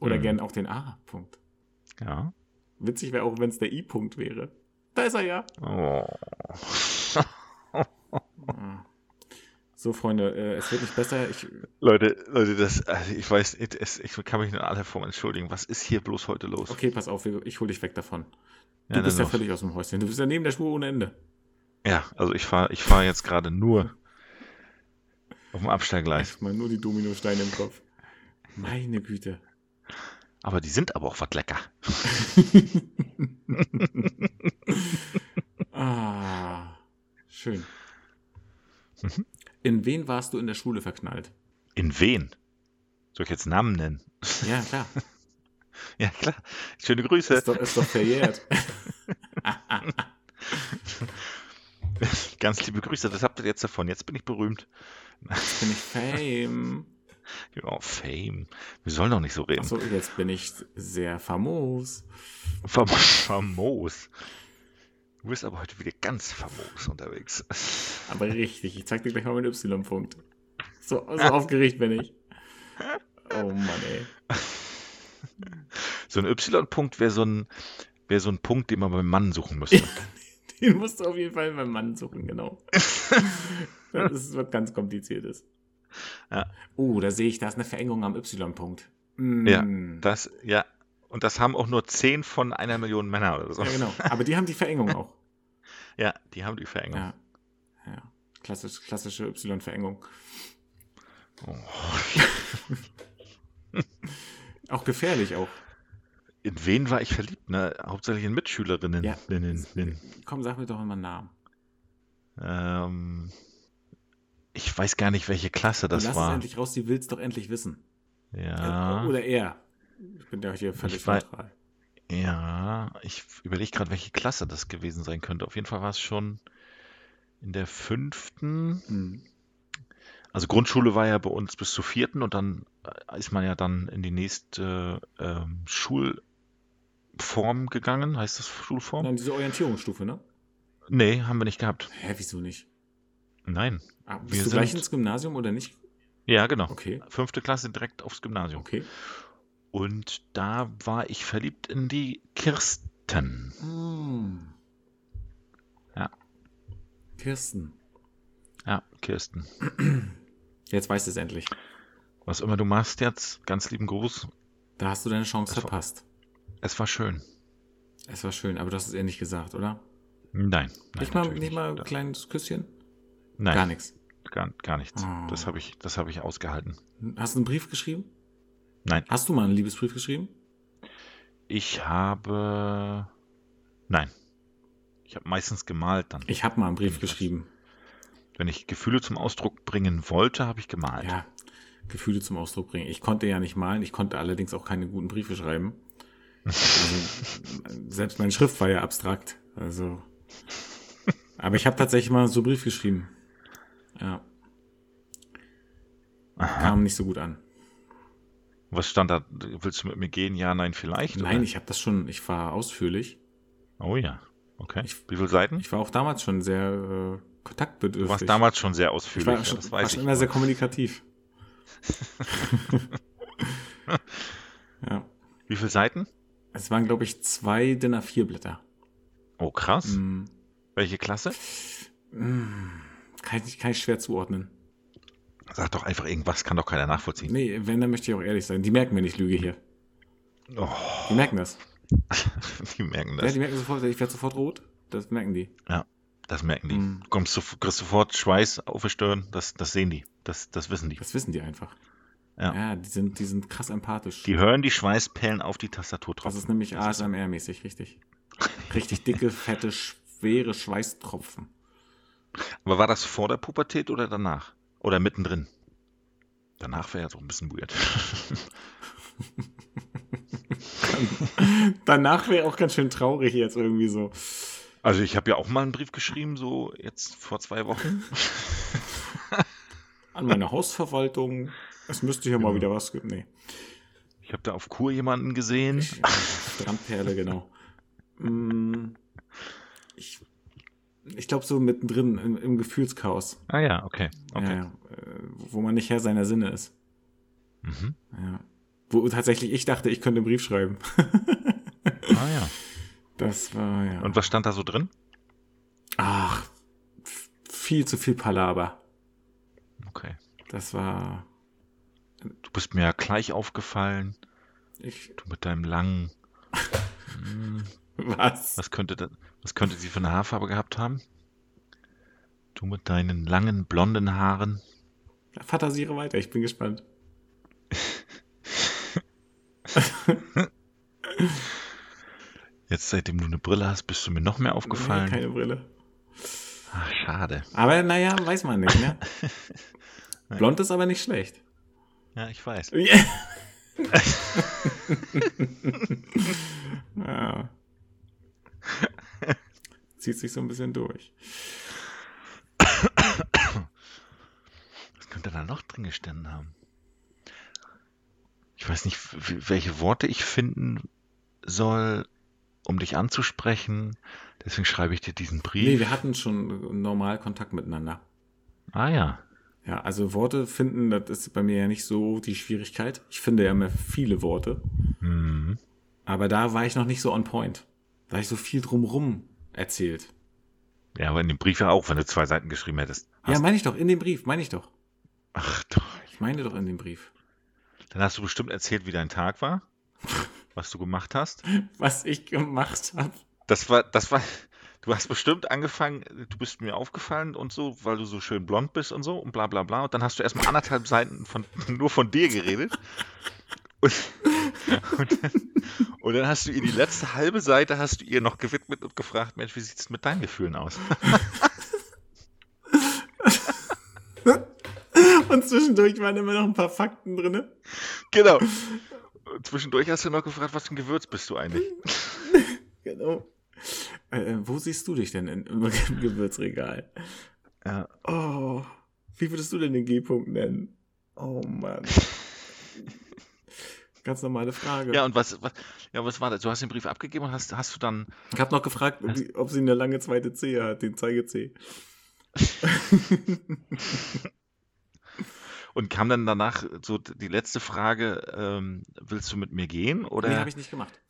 Speaker 2: Oder
Speaker 1: Mhm.
Speaker 2: gern auch den A-Punkt.
Speaker 1: ja.
Speaker 2: Witzig wäre auch, wenn es der I-Punkt wäre. Da ist er ja.
Speaker 1: Oh.
Speaker 2: Ah. So, Freunde, äh, es wird nicht besser. Ich,
Speaker 1: Leute, Leute, das, also ich weiß, it- es, ich kann mich in aller Form entschuldigen. Was ist hier bloß heute los?
Speaker 2: okay, pass auf, wir- ich hole dich weg davon. Du
Speaker 1: Ja,
Speaker 2: bist ja
Speaker 1: dann los.
Speaker 2: völlig aus dem Häuschen. Du bist ja neben der Spur ohne Ende.
Speaker 1: Ja, also ich fahre ich fahr jetzt gerade nur auf dem Abstellgleis.
Speaker 2: Ich meine, nur die Dominosteine im Kopf. Meine Güte.
Speaker 1: Aber die sind aber auch was lecker.
Speaker 2: Ah, schön.
Speaker 1: Mhm.
Speaker 2: In wen warst du in der Schule verknallt?
Speaker 1: In wen? Soll ich jetzt Namen nennen? [laughs]
Speaker 2: Ja, klar.
Speaker 1: Ja, klar. Schöne Grüße.
Speaker 2: Ist doch, ist doch verjährt.
Speaker 1: [laughs] Ganz liebe Grüße. Was habt ihr jetzt davon? Jetzt bin ich berühmt.
Speaker 2: Jetzt bin ich Fame.
Speaker 1: Ja, Oh, Fame. Wir sollen doch nicht so reden.
Speaker 2: Achso, jetzt bin ich sehr famos.
Speaker 1: Fam famos. Du bist aber heute wieder ganz famos unterwegs.
Speaker 2: Aber richtig, ich zeig dir gleich mal meinen Y-Punkt. So, so aufgeregt bin ich. Oh Mann, ey.
Speaker 1: So ein Y-Punkt wäre so ein, wär so ein Punkt, den man beim Mann suchen müsste.
Speaker 2: Den musst du auf jeden Fall beim Mann suchen,
Speaker 1: [laughs]
Speaker 2: genau. Das ist was ganz Kompliziertes.
Speaker 1: Ja.
Speaker 2: Oh, da sehe ich, da ist eine Verengung am Y-Punkt. Mm.
Speaker 1: Ja, Das, ja. Und das haben auch nur 10 von einer Million Männer oder so.
Speaker 2: ja, genau. Aber die haben die [laughs] Verengung auch.
Speaker 1: Ja, die haben die Verengung.
Speaker 2: Ja. ja. Klassisch, klassische Y-Verengung.
Speaker 1: Oh. [laughs]
Speaker 2: Auch gefährlich auch.
Speaker 1: In wen war ich verliebt? Ne? Hauptsächlich in Mitschülerinnen.
Speaker 2: Ja.
Speaker 1: Ninnen, ninnen.
Speaker 2: Komm, sag mir doch mal einen Namen.
Speaker 1: Ähm, ich weiß gar nicht, welche Klasse das
Speaker 2: Und lass es
Speaker 1: war.
Speaker 2: endlich raus, die will's doch endlich wissen. Äh,
Speaker 1: Ja,
Speaker 2: Oder er. Ich bin ja hier völlig
Speaker 1: Ich weiß-
Speaker 2: neutral.
Speaker 1: ja, ich überlege gerade, welche Klasse das gewesen sein könnte. Auf jeden Fall war es schon in der fünften.
Speaker 2: Mhm.
Speaker 1: Also Grundschule war ja bei uns bis zur vierten und dann äh, ist man ja dann in die nächste ähm, Schulform gegangen. Heißt das Schulform?
Speaker 2: Dann diese Orientierungsstufe, ne?
Speaker 1: Nee, haben wir nicht gehabt.
Speaker 2: Hä, wieso nicht?
Speaker 1: Nein.
Speaker 2: Ah, bist
Speaker 1: Wir
Speaker 2: du gleich
Speaker 1: sind-
Speaker 2: ins Gymnasium oder nicht?
Speaker 1: Ja, genau.
Speaker 2: Okay,
Speaker 1: Fünfte Klasse direkt aufs Gymnasium.
Speaker 2: okay.
Speaker 1: Und da war ich verliebt in die Kirsten.
Speaker 2: Mm.
Speaker 1: Ja.
Speaker 2: Kirsten.
Speaker 1: Ja, Kirsten.
Speaker 2: Jetzt weißt du es endlich.
Speaker 1: Was immer du machst jetzt, ganz lieben Gruß.
Speaker 2: Da hast du deine Chance
Speaker 1: Das war-
Speaker 2: verpasst.
Speaker 1: Es war schön.
Speaker 2: Es war schön, aber du hast es eher nicht gesagt, oder?
Speaker 1: Nein, nein,
Speaker 2: nicht mal,
Speaker 1: natürlich
Speaker 2: nicht mal ein
Speaker 1: Da-
Speaker 2: kleines Küsschen?
Speaker 1: Nein,
Speaker 2: Gar nichts.
Speaker 1: Gar, gar nichts.
Speaker 2: Oh.
Speaker 1: Das habe ich, das habe ich ausgehalten.
Speaker 2: Hast du einen Brief geschrieben?
Speaker 1: Nein,
Speaker 2: Hast du mal einen Liebesbrief geschrieben?
Speaker 1: ich habe, nein, ich habe meistens gemalt dann.
Speaker 2: Ich habe mal einen
Speaker 1: Ich
Speaker 2: Brief
Speaker 1: weiß.
Speaker 2: geschrieben.
Speaker 1: Wenn ich Gefühle zum Ausdruck bringen wollte, habe ich gemalt.
Speaker 2: Ja, Gefühle zum Ausdruck bringen. Ich konnte ja nicht malen, ich konnte allerdings auch keine guten Briefe schreiben. [laughs] Also, selbst meine Schrift war ja abstrakt. Also. Aber ich habe tatsächlich mal so einen Brief geschrieben. Ja,
Speaker 1: Aha.
Speaker 2: kam nicht so gut an.
Speaker 1: Was stand da? Willst du mit mir gehen? Ja, nein, vielleicht?
Speaker 2: Nein,
Speaker 1: oder?
Speaker 2: ich habe das schon, ich war ausführlich.
Speaker 1: Oh ja. Okay.
Speaker 2: Ich-
Speaker 1: Wie viele Seiten?
Speaker 2: Ich war auch damals schon sehr äh,
Speaker 1: Du warst
Speaker 2: kontaktbedürftig.
Speaker 1: damals schon sehr
Speaker 2: ich
Speaker 1: ausführlich.
Speaker 2: war
Speaker 1: ja,
Speaker 2: schon,
Speaker 1: das
Speaker 2: war
Speaker 1: weiß
Speaker 2: schon
Speaker 1: ich.
Speaker 2: immer sehr kommunikativ.
Speaker 1: [laughs]
Speaker 2: ja.
Speaker 1: Wie viele Seiten?
Speaker 2: Es waren, glaube ich, zwei DIN A4-Blätter.
Speaker 1: Oh, krass.
Speaker 2: Mm.
Speaker 1: Welche Klasse?
Speaker 2: Mm. Kann, ich, kann ich schwer zuordnen.
Speaker 1: Sag doch einfach irgendwas, kann doch keiner nachvollziehen.
Speaker 2: Nee, wenn, dann möchte ich auch ehrlich sein. Die merken, wenn ich lüge hier.
Speaker 1: Oh, [laughs]
Speaker 2: Die merken das.
Speaker 1: die merken
Speaker 2: Ja,
Speaker 1: das.
Speaker 2: die merken sofort, ich werde sofort rot. Das merken die.
Speaker 1: Das merken die.
Speaker 2: Mhm.
Speaker 1: Du kommst, sof- kriegst sofort Schweiß auf die Stirn. Das, das sehen die. Das, das wissen die.
Speaker 2: Das wissen die einfach.
Speaker 1: Ja.
Speaker 2: ja die, sind, die sind krass empathisch.
Speaker 1: Die hören die Schweißperlen auf die Tastatur
Speaker 2: das
Speaker 1: tropfen.
Speaker 2: ist nämlich ASMR-mäßig,
Speaker 1: [laughs]
Speaker 2: richtig. Richtig dicke, fette, schwere Schweißtropfen.
Speaker 1: Aber war das vor der Pubertät oder danach? Oder mittendrin? Danach wäre ja so ein bisschen weird. [laughs]
Speaker 2: Danach wäre auch ganz schön traurig jetzt irgendwie so.
Speaker 1: Also ich habe ja auch mal einen Brief geschrieben, so jetzt vor zwei Wochen.
Speaker 2: An meine Hausverwaltung. Es müsste hier mal wieder was geben. Nee.
Speaker 1: Ich habe da auf Kur jemanden gesehen.
Speaker 2: Strandperle, genau. Mm, ich ich glaube, so mittendrin im, im Gefühlschaos.
Speaker 1: Ah ja, okay. okay.
Speaker 2: Ja, ja. Äh, wo man nicht Herr seiner Sinne ist.
Speaker 1: Mhm.
Speaker 2: Ja. Wo tatsächlich ich dachte, ich könnte einen Brief schreiben.
Speaker 1: Ah ja.
Speaker 2: Das war ja.
Speaker 1: Und was stand da so drin?
Speaker 2: Ach, f- viel zu viel Palaber.
Speaker 1: Okay.
Speaker 2: Das war.
Speaker 1: Du bist mir ja gleich aufgefallen.
Speaker 2: Ich, [laughs]
Speaker 1: Du mit deinem langen. Hm,
Speaker 2: was?
Speaker 1: was, könnte da, was könnte sie für eine Haarfarbe gehabt haben? Du mit deinen langen blonden Haaren.
Speaker 2: Fantasiere weiter, ich bin gespannt.
Speaker 1: Jetzt, seitdem du eine Brille hast, bist du mir noch mehr
Speaker 2: Nee,
Speaker 1: aufgefallen.
Speaker 2: keine Brille.
Speaker 1: Ach, schade.
Speaker 2: Aber naja, weiß man nicht, ne?
Speaker 1: Nein.
Speaker 2: Blond ist aber nicht schlecht.
Speaker 1: Ja, ich weiß.
Speaker 2: ja. Zieht sich so ein bisschen durch.
Speaker 1: Was könnte da noch drin gestanden haben? Ich weiß nicht, w- welche Worte ich finden soll, um dich anzusprechen. Deswegen schreibe ich dir diesen
Speaker 2: Nee,
Speaker 1: Brief.
Speaker 2: wir hatten schon normal Kontakt miteinander.
Speaker 1: ah ja.
Speaker 2: Ja, also Worte finden, das ist bei mir ja nicht so die Schwierigkeit. Ich finde ja immer viele Worte.
Speaker 1: Mhm.
Speaker 2: Aber da war ich noch nicht so on point. Da hab ich so viel drumrum erzählt.
Speaker 1: Ja, aber in dem Brief ja auch, wenn du zwei Seiten geschrieben hättest.
Speaker 2: Ja,
Speaker 1: Hast-
Speaker 2: meine ich doch, in dem Brief, meine ich doch.
Speaker 1: Ach du.
Speaker 2: Ich meine doch in dem Brief.
Speaker 1: Dann hast du bestimmt erzählt, wie dein Tag
Speaker 2: [laughs]
Speaker 1: war, was du gemacht hast.
Speaker 2: Was ich gemacht habe.
Speaker 1: Das war, das war, [laughs] du hast bestimmt angefangen, du bist mir aufgefallen und so, weil du so schön blond bist und so und bla bla bla. Und dann hast du erstmal anderthalb Seiten von, [laughs] nur von dir geredet. Und, [laughs] und, dann, und dann hast du ihr die letzte halbe Seite hast du ihr noch gewidmet und gefragt, Mensch, wie sieht es mit deinen Gefühlen aus? [laughs]
Speaker 2: Und zwischendurch waren immer noch ein paar Fakten drin.
Speaker 1: genau. Und zwischendurch hast du noch gefragt, was für ein Gewürz bist du eigentlich?
Speaker 2: Genau. Äh, äh, wo siehst du dich denn in, im Gewürzregal?
Speaker 1: Ja.
Speaker 2: Oh, wie würdest du denn den G-Punkt nennen? Oh
Speaker 1: [laughs]
Speaker 2: Mann. Ganz normale Frage.
Speaker 1: Ja, und was, was, ja, was war das? Du hast den Brief abgegeben und hast, hast du dann,
Speaker 2: Ich habe noch gefragt, ob, die, ob sie eine lange zweite Zehe hat, den Zeige-C.
Speaker 1: und kam dann danach so die letzte Frage, ähm, willst du mit mir gehen? Oder?
Speaker 2: Nee, habe ich nicht gemacht.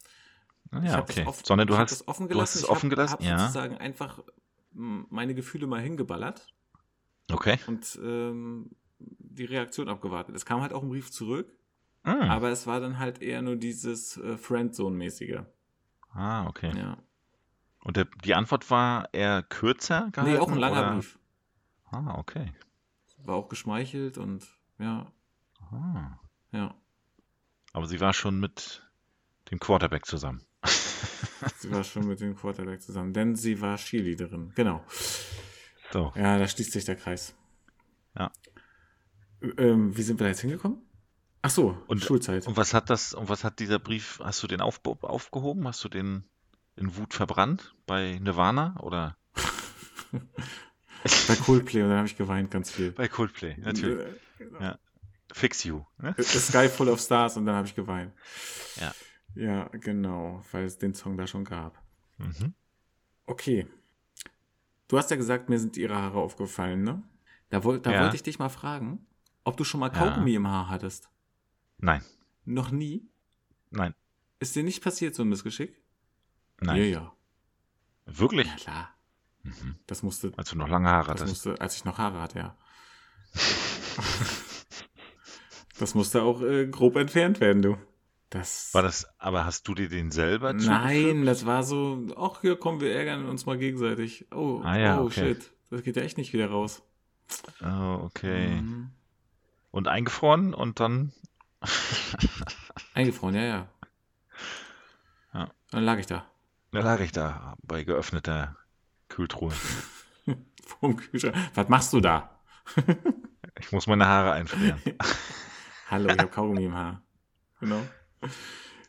Speaker 1: Ah,
Speaker 2: ich
Speaker 1: ja,
Speaker 2: hab das
Speaker 1: okay.
Speaker 2: offen-
Speaker 1: Sondern du
Speaker 2: ich hab
Speaker 1: hast,
Speaker 2: das offen
Speaker 1: du hast
Speaker 2: gelassen.
Speaker 1: es
Speaker 2: Ich
Speaker 1: offen
Speaker 2: hab-
Speaker 1: gelassen,
Speaker 2: hab
Speaker 1: ja.
Speaker 2: sozusagen einfach mm, meine Gefühle mal hingeballert
Speaker 1: okay.
Speaker 2: und ähm, die Reaktion abgewartet. Es kam halt auch ein Brief zurück,
Speaker 1: Ah,
Speaker 2: aber es war dann halt eher nur dieses äh, Friendzone-mäßige.
Speaker 1: ah, okay.
Speaker 2: Ja.
Speaker 1: Und der, die Antwort war eher kürzer gehalten?
Speaker 2: Nee, auch ein langer
Speaker 1: oder?
Speaker 2: Brief.
Speaker 1: Ah, okay.
Speaker 2: War auch geschmeichelt und ja,
Speaker 1: Ah.
Speaker 2: ja.
Speaker 1: Aber sie war schon mit dem Quarterback zusammen.
Speaker 2: Sie war schon mit dem Quarterback zusammen, denn sie war Cheerleaderin. Genau.
Speaker 1: So.
Speaker 2: Ja, da schließt sich der Kreis.
Speaker 1: Ja.
Speaker 2: Ähm, wie sind wir da jetzt hingekommen? Ach so,
Speaker 1: Und-
Speaker 2: Schulzeit.
Speaker 1: Und was hat das, und was hat dieser Brief, hast du den auf, aufgehoben? Hast du den in Wut verbrannt bei Nirvana oder
Speaker 2: Bei Coldplay und dann habe ich geweint ganz viel.
Speaker 1: bei Coldplay? Natürlich.
Speaker 2: Äh,
Speaker 1: Fix you. Ne?
Speaker 2: A Sky Full of Stars und dann habe ich geweint.
Speaker 1: Ja.
Speaker 2: Ja, genau, weil es den Song da schon gab.
Speaker 1: Mhm.
Speaker 2: Okay. Du hast ja gesagt, mir sind ihre Haare aufgefallen, ne? Da, woll, da
Speaker 1: Ja.
Speaker 2: wollte ich dich mal fragen, ob du schon mal
Speaker 1: Ja.
Speaker 2: Kaugummi im Haar hattest.
Speaker 1: Nein,
Speaker 2: Noch nie?
Speaker 1: nein,
Speaker 2: Ist dir nicht passiert, so ein Missgeschick?
Speaker 1: nein.
Speaker 2: Ja, ja.
Speaker 1: Wirklich?
Speaker 2: Ja, klar.
Speaker 1: Mhm.
Speaker 2: Das musste,
Speaker 1: Als du noch lange Haare
Speaker 2: das
Speaker 1: hattest.
Speaker 2: musste, als ich noch Haare
Speaker 1: [laughs]
Speaker 2: hatte, ja. Das musste auch äh, grob entfernt werden, du. Das,
Speaker 1: War das, aber hast du dir den selber
Speaker 2: Nein, das war so, ach hier kommen wir ärgern uns mal gegenseitig. Oh,
Speaker 1: Ah, ja,
Speaker 2: oh
Speaker 1: okay.
Speaker 2: shit, das geht ja echt nicht wieder raus.
Speaker 1: zugefügt? Oh, okay.
Speaker 2: Mhm.
Speaker 1: Und eingefroren und dann.
Speaker 2: Eingefroren, ja, ja.
Speaker 1: Ja.
Speaker 2: Dann lag ich da [laughs]
Speaker 1: Da lag ich da bei geöffneter Kühltruhe.
Speaker 2: vorm Kühlschrank. Was machst du da?
Speaker 1: Ich muss meine Haare
Speaker 2: [laughs]
Speaker 1: einfrieren.
Speaker 2: Hallo, ich habe Kaugummi im Haar. Genau.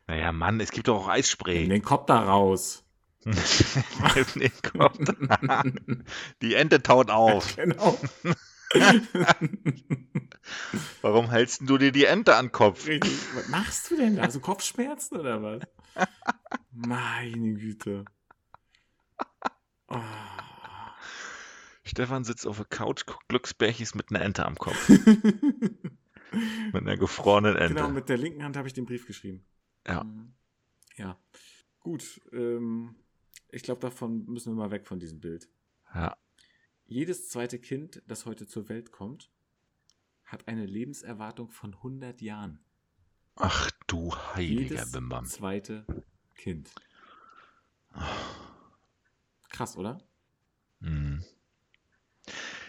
Speaker 1: Naja, Mann, es gibt doch auch Eisspray.
Speaker 2: Nimm den Kopf da raus.
Speaker 1: [laughs] Nee, kommt. Die Ente taut auf.
Speaker 2: Genau,
Speaker 1: Warum hältst denn du dir die Ente an den Kopf?
Speaker 2: richtig. Was machst du denn da? Hast du Kopfschmerzen oder was? Meine Güte. Oh.
Speaker 1: Stefan sitzt auf der Couch, guckt Glücksbärchis mit einer Ente am Kopf. Mit einer gefrorenen Ente.
Speaker 2: Genau, mit der linken Hand habe ich den Brief geschrieben.
Speaker 1: Ja.
Speaker 2: Mhm. Ja. Gut, ähm, ich glaube, davon müssen wir mal weg von diesem Bild.
Speaker 1: ja.
Speaker 2: Jedes zweite Kind, das heute zur Welt kommt, hat eine Lebenserwartung von 100 Jahren.
Speaker 1: Ach du heiliger
Speaker 2: Jedes
Speaker 1: Bimbam.
Speaker 2: zweite Kind. Krass, oder?
Speaker 1: Hm.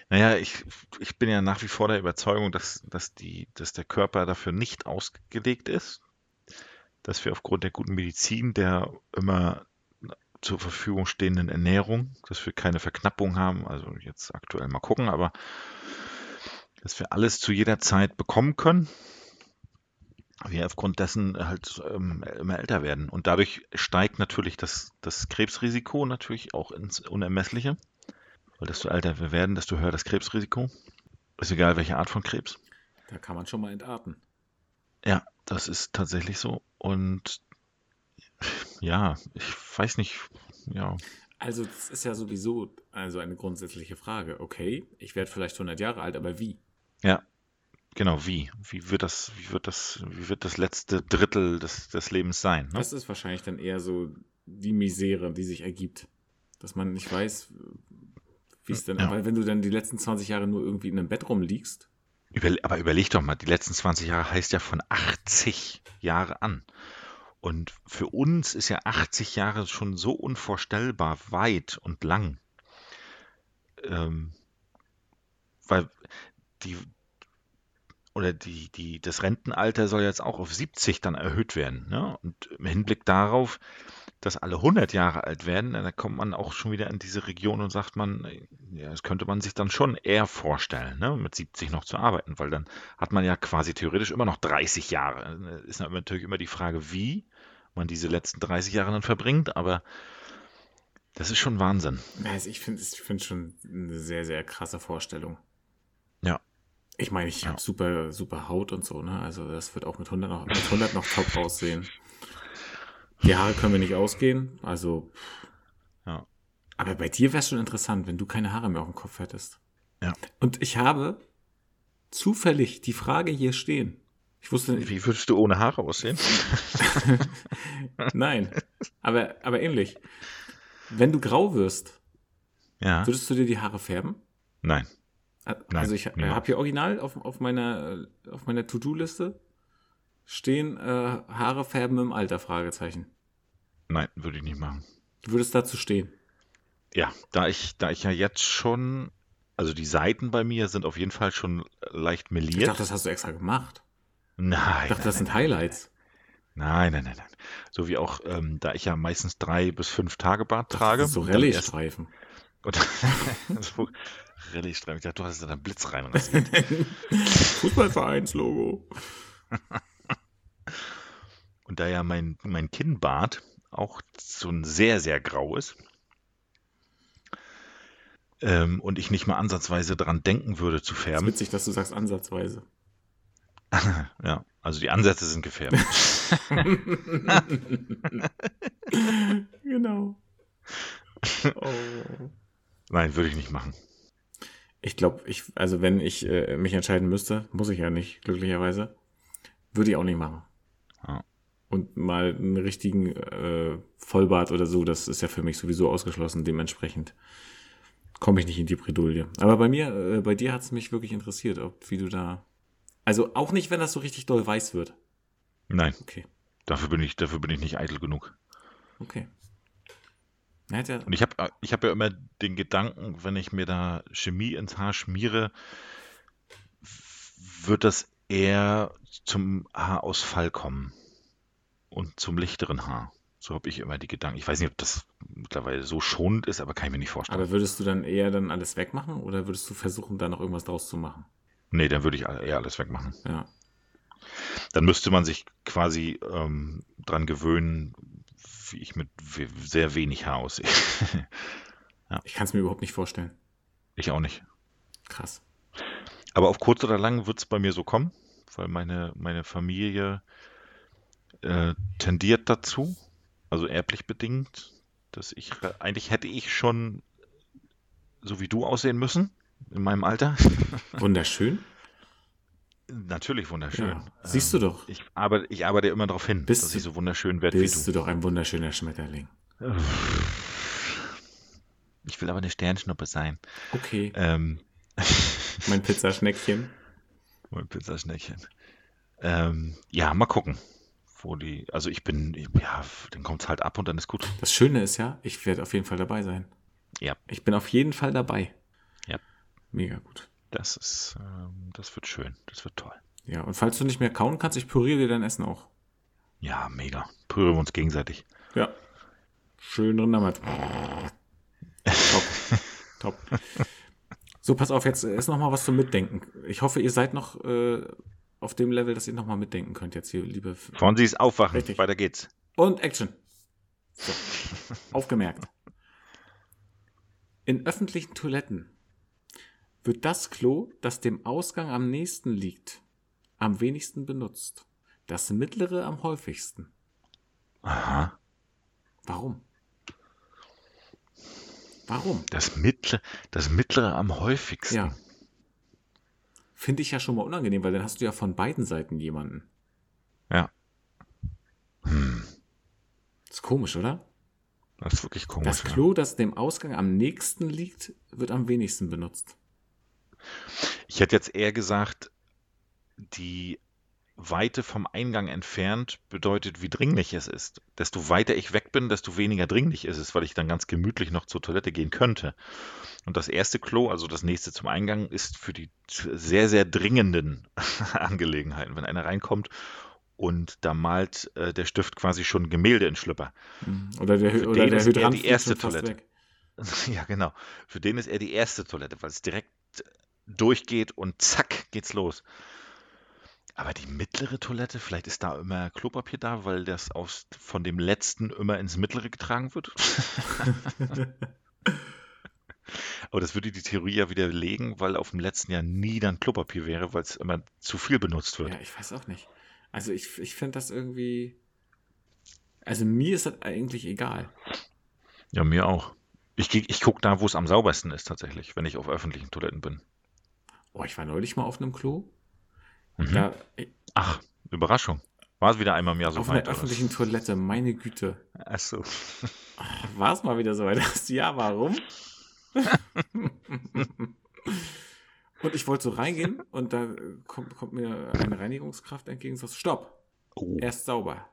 Speaker 1: Naja, ich, ich bin ja nach wie vor der Überzeugung, dass, dass, die, dass der Körper dafür nicht ausgelegt ist, dass wir aufgrund der guten Medizin, der immer zur Verfügung stehenden Ernährung, dass wir keine Verknappung haben, also jetzt aktuell mal gucken, aber dass wir alles zu jeder Zeit bekommen können, wir aufgrund dessen halt ähm, immer älter werden. Und dadurch steigt natürlich das, das Krebsrisiko natürlich auch ins Unermessliche. Weil desto älter wir werden, desto höher das Krebsrisiko. Ist egal, welche Art von Krebs.
Speaker 2: Da kann man schon mal entarten.
Speaker 1: Ja, das ist tatsächlich so. Und ja, ich weiß nicht, ja,
Speaker 2: Also, das ist ja sowieso also eine grundsätzliche Frage. Okay, ich werde vielleicht 100 Jahre alt, aber wie?
Speaker 1: genau, wie? Wie wird das, wie wird das, wie wird das letzte Drittel des, des Lebens sein? Ne?
Speaker 2: Das ist wahrscheinlich dann eher so die Misere, die sich ergibt. Dass man nicht weiß, wie es denn.
Speaker 1: Ja.
Speaker 2: Aber wenn du dann die letzten 20 Jahre nur irgendwie in einem Bett rumliegst,
Speaker 1: Überle aber überleg doch mal, die letzten 20 Jahre heißt ja von 80 Jahre an. Und für uns ist ja 80 Jahre schon so unvorstellbar weit und lang. Ähm, weil die oder die, die, das Rentenalter soll jetzt auch auf 70 dann erhöht werden. Ne? Und im Hinblick darauf, dass alle 100 Jahre alt werden, dann kommt man auch schon wieder in diese Region und sagt man, ja, das könnte man sich dann schon eher vorstellen, ne? mit 70 noch zu arbeiten, weil dann hat man ja quasi theoretisch immer noch 30 Jahre. Ist natürlich immer die Frage, wie man diese letzten 30 Jahre dann verbringt, aber das ist schon Wahnsinn.
Speaker 2: Also ich finde es ich find's schon eine sehr, sehr krasse Vorstellung.
Speaker 1: Ja.
Speaker 2: Ich meine, ich
Speaker 1: Ja.
Speaker 2: habe super, super Haut und so, ne? Also das wird auch mit 100 noch, mit 100 noch top aussehen. Die Haare können wir nicht ausgehen, also.
Speaker 1: Ja.
Speaker 2: Aber bei dir wäre es schon interessant, wenn du keine Haare mehr auf dem Kopf hättest.
Speaker 1: Ja.
Speaker 2: Und ich habe zufällig die Frage hier stehen. Ich wusste,
Speaker 1: Wie würdest du ohne Haare aussehen?
Speaker 2: [laughs] nein, aber, aber ähnlich. Wenn du grau wirst,
Speaker 1: [laughs] Ja.
Speaker 2: würdest du dir die Haare färben?
Speaker 1: Nein.
Speaker 2: Also
Speaker 1: Nein,
Speaker 2: ich
Speaker 1: niemals.
Speaker 2: habe hier original auf, auf meiner, äh, auf meiner To-Do-Liste stehen äh, Haare färben im Alter, Fragezeichen.
Speaker 1: Nein, würde ich nicht machen.
Speaker 2: Du würdest dazu stehen.
Speaker 1: Ja, da ich, da ich ja jetzt schon, also die Seiten bei mir sind auf jeden Fall schon leicht
Speaker 2: Ich
Speaker 1: meliert.
Speaker 2: dachte, das hast du extra gemacht.
Speaker 1: Nein,
Speaker 2: Ich dachte, das
Speaker 1: nein,
Speaker 2: sind Highlights.
Speaker 1: nein, nein, nein, nein. So wie auch, ähm, da ich ja meistens drei bis fünf Tage Bart
Speaker 2: Ich dachte,
Speaker 1: trage.
Speaker 2: das sind so
Speaker 1: und dann erst- [laughs]
Speaker 2: Rallye-Streifen.
Speaker 1: Und so Rallye-Streifen. Ich dachte, du hast da einen Blitz rein rasiert.
Speaker 2: Fußballvereinslogo.
Speaker 1: Und da ja mein, mein Kinnbart auch so ein sehr, sehr grau ist ähm, und ich nicht mal ansatzweise dran denken würde zu
Speaker 2: Ist
Speaker 1: färben,
Speaker 2: witzig, dass du sagst ansatzweise.
Speaker 1: [laughs] ja, also die Ansätze sind
Speaker 2: [laughs]
Speaker 1: gefärbt. [laughs]
Speaker 2: genau. Oh.
Speaker 1: Nein, würde ich nicht machen.
Speaker 2: Ich glaube, ich, also wenn ich äh, mich entscheiden müsste, muss ich ja nicht, glücklicherweise, würde ich auch nicht machen.
Speaker 1: Ja.
Speaker 2: Und mal einen richtigen äh, Vollbart oder so, das ist ja für mich sowieso ausgeschlossen, dementsprechend komme ich nicht in die Bredouille. Aber bei mir, äh, bei dir hat es mich wirklich interessiert, ob wie du da. Also auch nicht, wenn das so richtig doll weiß wird.
Speaker 1: Nein,
Speaker 2: Okay.
Speaker 1: Dafür bin ich, dafür bin ich nicht eitel genug.
Speaker 2: Okay. Na, hat ja,
Speaker 1: Und ich habe ich hab ja immer den Gedanken, wenn ich mir da Chemie ins Haar schmiere, wird das eher zum Haarausfall kommen und zum lichteren Haar. So habe ich immer die Gedanken. Ich weiß nicht, ob das mittlerweile so schonend ist, aber kann ich mir nicht vorstellen.
Speaker 2: aber würdest du dann eher dann alles wegmachen oder würdest du versuchen, da noch irgendwas draus zu machen?
Speaker 1: nee, dann würde ich eher alles wegmachen.
Speaker 2: Ja.
Speaker 1: Dann müsste man sich quasi ähm, dran gewöhnen, wie ich mit we- sehr wenig Haar aussehe. [laughs]
Speaker 2: Ich kann es mir überhaupt nicht vorstellen.
Speaker 1: ich auch nicht.
Speaker 2: Krass.
Speaker 1: Aber auf kurz oder lang wird es bei mir so kommen, weil meine, meine Familie äh, tendiert dazu, also erblich bedingt, dass ich re- eigentlich hätte ich schon so wie du aussehen müssen in meinem Alter. [laughs]
Speaker 2: Wunderschön.
Speaker 1: Natürlich wunderschön. Ähm,
Speaker 2: Ja. Siehst du doch.
Speaker 1: Ich arbeite, ich arbeite immer darauf hin,
Speaker 2: Bist
Speaker 1: dass
Speaker 2: du-
Speaker 1: ich so wunderschön werde wie
Speaker 2: Bist
Speaker 1: du.
Speaker 2: du doch ein wunderschöner Schmetterling.
Speaker 1: Ich will aber eine Sternschnuppe sein.
Speaker 2: Okay, [laughs]
Speaker 1: Ähm, [laughs]
Speaker 2: mein Pizzaschneckchen.
Speaker 1: Mein Pizzaschneckchen. Ähm, ja, mal gucken. Wo die, also ich bin, ja, dann kommt es halt ab und dann ist gut.
Speaker 2: Das Schöne ist ja, ich werde auf jeden Fall dabei sein.
Speaker 1: Ja.
Speaker 2: Ich bin auf jeden Fall dabei.
Speaker 1: Ja.
Speaker 2: Mega gut.
Speaker 1: Das ist, ähm, das wird schön. Das wird toll.
Speaker 2: Ja, und falls du nicht mehr kauen kannst, ich püriere dir dein Essen auch.
Speaker 1: Ja, mega. Prügeln wir uns gegenseitig.
Speaker 2: Ja. Schön drin damit. Top.
Speaker 1: [laughs]
Speaker 2: Top. So, pass auf, jetzt ist noch mal was zum Mitdenken. Ich hoffe, ihr seid noch äh, auf dem Level, dass ihr noch mal mitdenken könnt jetzt hier, liebe... F
Speaker 1: Fonsi ist aufwachen.
Speaker 2: Richtig.
Speaker 1: Weiter geht's.
Speaker 2: Und Action. So. Aufgemerkt. In öffentlichen Toiletten wird das Klo, das dem Ausgang am nächsten liegt, am wenigsten benutzt. Das mittlere am häufigsten.
Speaker 1: Aha.
Speaker 2: Warum? Warum?
Speaker 1: Das mittlere, das mittlere am häufigsten.
Speaker 2: Ja. Finde ich ja schon mal unangenehm, weil dann hast du ja von beiden Seiten jemanden.
Speaker 1: Ja.
Speaker 2: Ist komisch, oder?
Speaker 1: Das ist wirklich komisch.
Speaker 2: Das
Speaker 1: ja.
Speaker 2: Klo, das dem Ausgang am nächsten liegt, wird am wenigsten benutzt.
Speaker 1: Ich hätte jetzt eher gesagt, die Weite vom Eingang entfernt bedeutet, wie dringlich es ist. Desto weiter ich weg bin, desto weniger dringlich ist es, weil ich dann ganz gemütlich noch zur Toilette gehen könnte. Und das erste Klo, also das nächste zum Eingang, ist für die sehr, sehr dringenden [laughs] Angelegenheiten. Wenn einer reinkommt und da malt äh, der Stift quasi schon Gemälde in Schlüpper.
Speaker 2: Mhm. Oder der,
Speaker 1: Für
Speaker 2: Hy- oder
Speaker 1: den
Speaker 2: der
Speaker 1: Also ist eher
Speaker 2: Hydrant
Speaker 1: die
Speaker 2: fliegt schon
Speaker 1: erste
Speaker 2: fast
Speaker 1: Toilette.
Speaker 2: weg.
Speaker 1: [laughs] Ja, genau. Für den ist eher die erste Toilette, weil es direkt durchgeht und zack geht's los. Aber die mittlere Toilette, vielleicht ist da immer Klopapier da, weil das aus, von dem letzten immer ins mittlere getragen
Speaker 2: [laughs]
Speaker 1: wird. Aber das würde die Theorie ja widerlegen, weil auf dem letzten ja nie dann Klopapier wäre, weil es immer zu viel benutzt wird.
Speaker 2: Ja, ich weiß auch nicht. Also ich, ich finde das irgendwie. Also mir ist das eigentlich egal.
Speaker 1: Ja, mir auch. Ich, geh- ich gucke da, wo es am saubersten ist tatsächlich, wenn ich auf öffentlichen Toiletten bin.
Speaker 2: Oh, ich war neulich mal auf einem Klo.
Speaker 1: Mhm.
Speaker 2: Da,
Speaker 1: Ach, Überraschung. War es wieder einmal im Jahr so
Speaker 2: auf
Speaker 1: weit,
Speaker 2: einer
Speaker 1: oder?
Speaker 2: öffentlichen Toilette, meine Güte.
Speaker 1: Ach so.
Speaker 2: War es mal wieder [laughs] soweit? dass-
Speaker 1: [laughs]
Speaker 2: Ja, warum? und ich wollte so reingehen und da äh, kommt, kommt mir eine Reinigungskraft entgegen und sagt, stopp,
Speaker 1: Oh.
Speaker 2: erst sauber.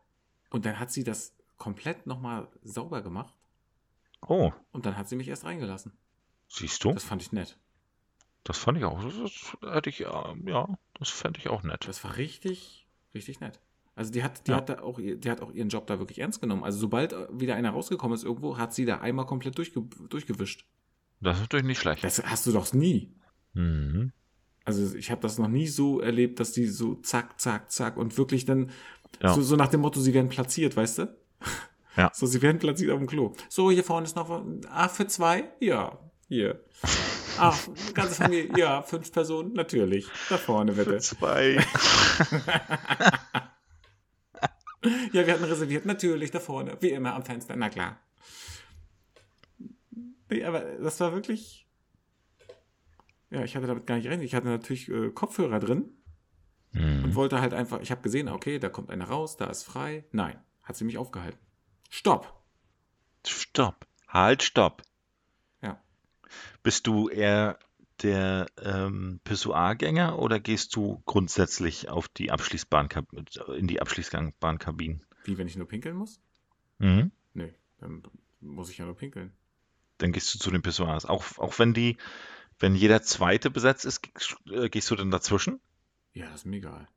Speaker 2: Und dann hat sie das komplett nochmal sauber gemacht
Speaker 1: oh,
Speaker 2: und dann hat sie mich erst reingelassen.
Speaker 1: siehst du?
Speaker 2: Das fand ich nett.
Speaker 1: Das fand ich auch. Das, das hätte ich, ähm, ja, das fände ich auch nett.
Speaker 2: Das war richtig, richtig nett. Also die hat, die
Speaker 1: Ja.
Speaker 2: hat da auch, ihr- die hat auch ihren Job da wirklich ernst genommen. Also sobald äh, wieder einer rausgekommen ist irgendwo, hat sie da einmal komplett durchge durchgewischt.
Speaker 1: Das ist natürlich nicht schlecht.
Speaker 2: Das hast du doch nie.
Speaker 1: Mhm.
Speaker 2: Also ich habe das noch nie so erlebt, dass die so zack, zack, zack und wirklich dann
Speaker 1: Ja.
Speaker 2: so, so nach dem Motto, sie werden platziert, weißt du?
Speaker 1: [laughs] Ja.
Speaker 2: So, sie werden platziert auf dem Klo. So, hier vorne ist noch was. Ah, für zwei? Ja, hier. Ah, ganze Familie? Ja, fünf Personen? Natürlich. Da vorne, bitte.
Speaker 1: Zwei.
Speaker 2: Ja, wir hatten reserviert. Natürlich, da vorne. Wie immer am Fenster. Na klar. Nee, aber das war wirklich... Ja, ich hatte damit gar nicht rechnet. Ich hatte natürlich äh, Kopfhörer drin. und
Speaker 1: [laughs] Mhm.
Speaker 2: wollte halt einfach, ich habe gesehen, okay, da kommt einer raus, da ist frei. Nein, hat sie mich aufgehalten. Stopp.
Speaker 1: Stopp. Halt, stopp.
Speaker 2: Ja.
Speaker 1: Bist du eher der ähm, Pissoir-Gänger oder gehst du grundsätzlich auf die Abschließbahn in die Abschließbahnkabinen?
Speaker 2: Wie, wenn ich nur pinkeln muss?
Speaker 1: Mhm.
Speaker 2: Nö, dann muss ich ja nur pinkeln.
Speaker 1: Dann gehst du zu den Pissoirs. Auch, auch wenn die, wenn jeder zweite besetzt ist, ge- äh, gehst du dann dazwischen?
Speaker 2: Ja, das ist mir egal.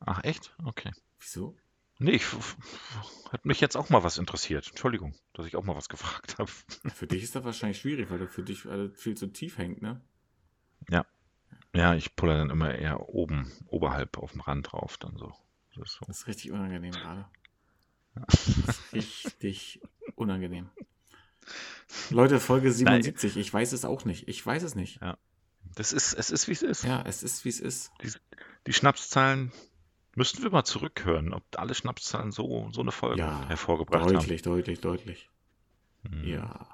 Speaker 1: Ach echt? Okay.
Speaker 2: Wieso?
Speaker 1: Nee, ich, f- f- hat mich jetzt auch mal was interessiert. Entschuldigung, dass ich auch mal was gefragt habe.
Speaker 2: Für dich ist das wahrscheinlich schwierig, weil das für dich alles viel zu tief hängt, ne?
Speaker 1: [laughs] Ja, ich pulle dann immer eher oben, oberhalb auf dem Rand drauf, dann so. Das ist so.
Speaker 2: Das ist richtig unangenehm gerade. Das ist richtig unangenehm. Leute, Folge 77. Ich weiß es auch nicht. Ich weiß es nicht.
Speaker 1: Das ist, es ist, wie es ist.
Speaker 2: Ja, es ist, wie es ist.
Speaker 1: Die Schnapszahlen müssten wir mal zurückhören, ob alle Schnapszahlen so, so eine Folge
Speaker 2: Ja,
Speaker 1: hervorgebracht
Speaker 2: Deutlich, deutlich, deutlich.
Speaker 1: haben. Mhm.
Speaker 2: Ja.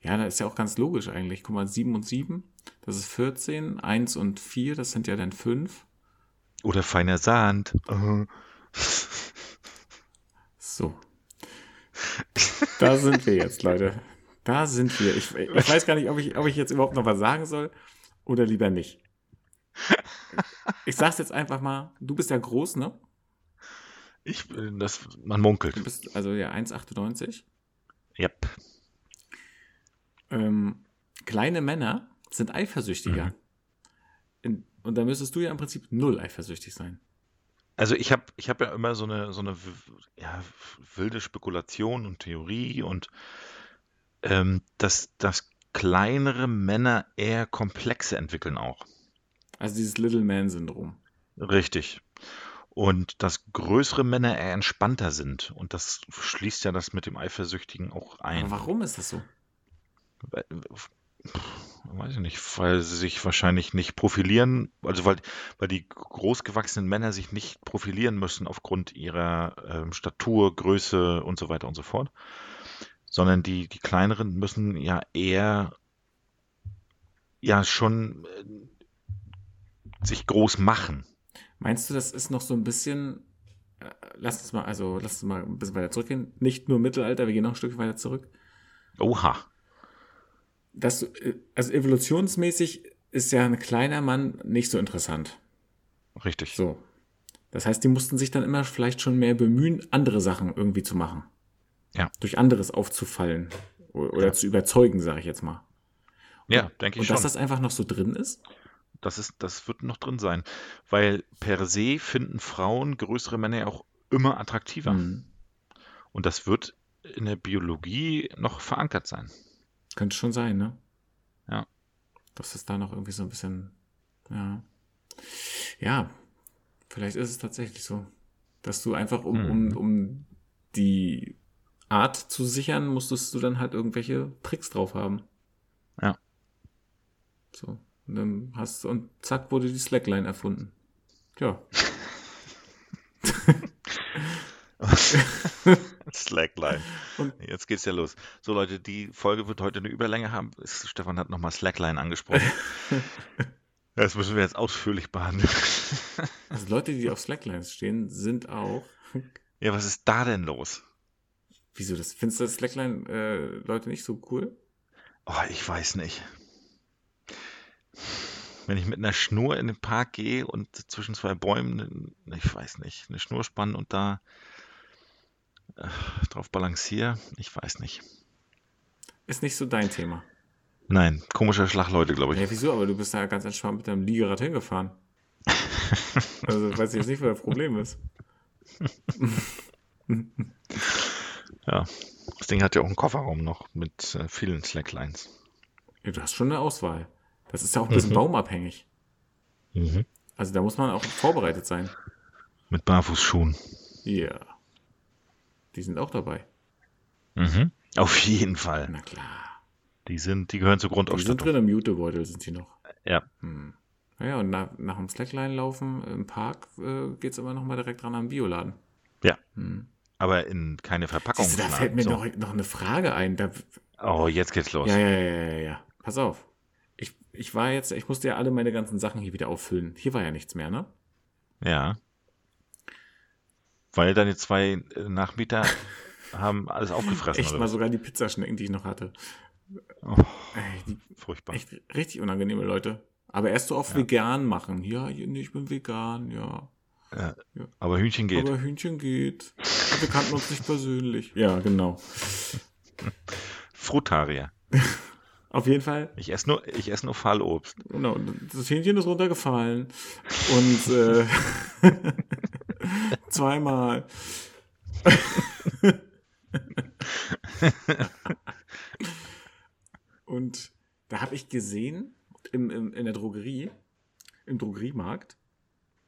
Speaker 2: Ja, das ist ja auch ganz logisch eigentlich. Guck mal, 7 und 7, das ist 14. 1 und 4, das sind ja dann 5.
Speaker 1: Oder feiner Sand. Äh.
Speaker 2: So. Da sind wir jetzt, Leute. Da sind wir. Ich, ich weiß gar nicht, ob ich, ob ich jetzt überhaupt noch was sagen soll oder lieber nicht. Ich sag's jetzt einfach mal, du bist ja groß, ne?
Speaker 1: [laughs] Ich, äh, das, man
Speaker 2: Du
Speaker 1: munkelt.
Speaker 2: bist also ja 1,98.
Speaker 1: Yep.
Speaker 2: Ähm, kleine Männer sind eifersüchtiger.
Speaker 1: Mhm.
Speaker 2: In, und da müsstest du ja im Prinzip null eifersüchtig sein.
Speaker 1: Also ich habe ich hab ja immer so eine, so eine w- ja, wilde Spekulation und Theorie und ähm, dass, dass kleinere Männer eher Komplexe entwickeln auch.
Speaker 2: Also dieses Little Man-Syndrom.
Speaker 1: Richtig. Und dass größere Männer eher entspannter sind. Und das schließt ja das mit dem Eifersüchtigen auch
Speaker 2: Aber
Speaker 1: ein.
Speaker 2: warum ist das so?
Speaker 1: Weil- pff, Äh, Weiß ich nicht, weil sie sich wahrscheinlich nicht profilieren, also weil, weil die großgewachsenen Männer sich nicht profilieren müssen aufgrund ihrer ähm, Statur, Größe und so weiter und so fort, sondern die, die kleineren müssen ja eher ja schon äh, sich groß machen.
Speaker 2: Meinst du, das ist noch so ein bisschen. äh, Lass uns mal, also lass uns mal ein bisschen weiter zurückgehen. Nicht nur Mittelalter, wir gehen noch ein Stück weiter zurück.
Speaker 1: Oha.
Speaker 2: Dass du, äh, also evolutionsmäßig ist ja ein kleiner Mann nicht so interessant.
Speaker 1: Richtig.
Speaker 2: So. Das heißt, die mussten sich dann immer vielleicht schon mehr bemühen, andere Sachen irgendwie zu machen.
Speaker 1: Ja.
Speaker 2: Durch anderes aufzufallen o- oder
Speaker 1: Ja.
Speaker 2: zu überzeugen, sage ich jetzt mal.
Speaker 1: Ja, denke ich
Speaker 2: Und
Speaker 1: schon.
Speaker 2: dass das einfach noch so drin ist?
Speaker 1: Das ist, das wird noch drin sein. Weil per se finden Frauen größere Männer ja auch immer attraktiver.
Speaker 2: Hm.
Speaker 1: Und das wird in der Biologie noch verankert sein.
Speaker 2: Könnte schon sein, ne?
Speaker 1: Ja.
Speaker 2: Dass es da noch irgendwie so ein bisschen, ja. Ja, vielleicht ist es tatsächlich so, dass du einfach, um, um,
Speaker 1: Mhm.
Speaker 2: um die Art zu sichern, musstest du dann halt irgendwelche Tricks drauf haben.
Speaker 1: Ja.
Speaker 2: So, und dann hast und zack wurde die Slackline erfunden. Ja,
Speaker 1: [laughs] [laughs] Slackline.
Speaker 2: Und-
Speaker 1: Jetzt geht's ja los. So, Leute, die Folge wird heute eine Überlänge haben. Es- Stefan hat nochmal Slackline [laughs] angesprochen. Das müssen wir jetzt ausführlich behandeln. [laughs]
Speaker 2: also Leute, die auf Slacklines stehen, sind auch
Speaker 1: Ja, was ist da denn los?
Speaker 2: Wieso das? Findest du das Slackline-Leute nicht so cool?
Speaker 1: Oh, ich weiß nicht. Wenn ich mit einer Schnur in den Park gehe und zwischen zwei Bäumen, ich weiß nicht, eine Schnur spannen und da äh, drauf balanciere, ich weiß nicht.
Speaker 2: Ist nicht so dein Thema.
Speaker 1: Nein, komischer Schlag, Leute, glaube ich.
Speaker 2: Ja, wieso? Aber du bist da ganz entspannt mit deinem
Speaker 1: [laughs]
Speaker 2: Liegerad hingefahren. Also weiß ich jetzt nicht, was das Problem ist.
Speaker 1: Das Ding hat ja auch einen Kofferraum noch mit äh, vielen Slacklines.
Speaker 2: Ja, du hast schon eine Auswahl. Das ist ja auch ein bisschen
Speaker 1: Mhm.
Speaker 2: baumabhängig. Also da muss man auch vorbereitet sein.
Speaker 1: Mit Barfußschuhen.
Speaker 2: Ja. Die sind auch dabei. Mhm.
Speaker 1: Auf jeden Fall.
Speaker 2: Na klar.
Speaker 1: Die sind, die gehören zur
Speaker 2: Die sind
Speaker 1: Grundausstattung.
Speaker 2: drin im Jutebeutel, sind die noch.
Speaker 1: Ja.
Speaker 2: Hm. Naja, und nach, nach dem Slackline laufen im Park äh, geht es immer nochmal direkt ran am Bioladen.
Speaker 1: Ja.
Speaker 2: Hm.
Speaker 1: Aber in keine Verpackung.
Speaker 2: Siehst du, da fällt mir noch, noch eine Frage ein. Da,
Speaker 1: Oh, jetzt geht's los.
Speaker 2: Ja, ja, ja, ja, ja. Pass auf. Ich, ich war jetzt, ich musste ja alle meine ganzen Sachen hier wieder auffüllen. Hier war ja nichts mehr, ne?
Speaker 1: Ja. Weil deine zwei äh,
Speaker 2: [laughs]
Speaker 1: Nachmieter haben alles aufgefressen.
Speaker 2: Echt
Speaker 1: oder
Speaker 2: mal
Speaker 1: was?
Speaker 2: sogar die Pizzaschnecken, die ich noch hatte.
Speaker 1: Oh,
Speaker 2: Ey, die,
Speaker 1: furchtbar.
Speaker 2: echt richtig unangenehme Leute. Aber erst so auf
Speaker 1: Ja.
Speaker 2: vegan machen. Ja, hier, nee, ich bin vegan, ja.
Speaker 1: Ja. Aber Hühnchen geht.
Speaker 2: Aber Hühnchen geht. Wir kannten uns nicht persönlich. Ja, genau.
Speaker 1: Frutarier.
Speaker 2: Auf jeden Fall
Speaker 1: Ich esse nur, ich esse nur Fallobst.
Speaker 2: Genau, das Hähnchen ist runtergefallen. Und äh, [laughs] zweimal. Und da habe ich gesehen, im, im, in der Drogerie, im Drogeriemarkt,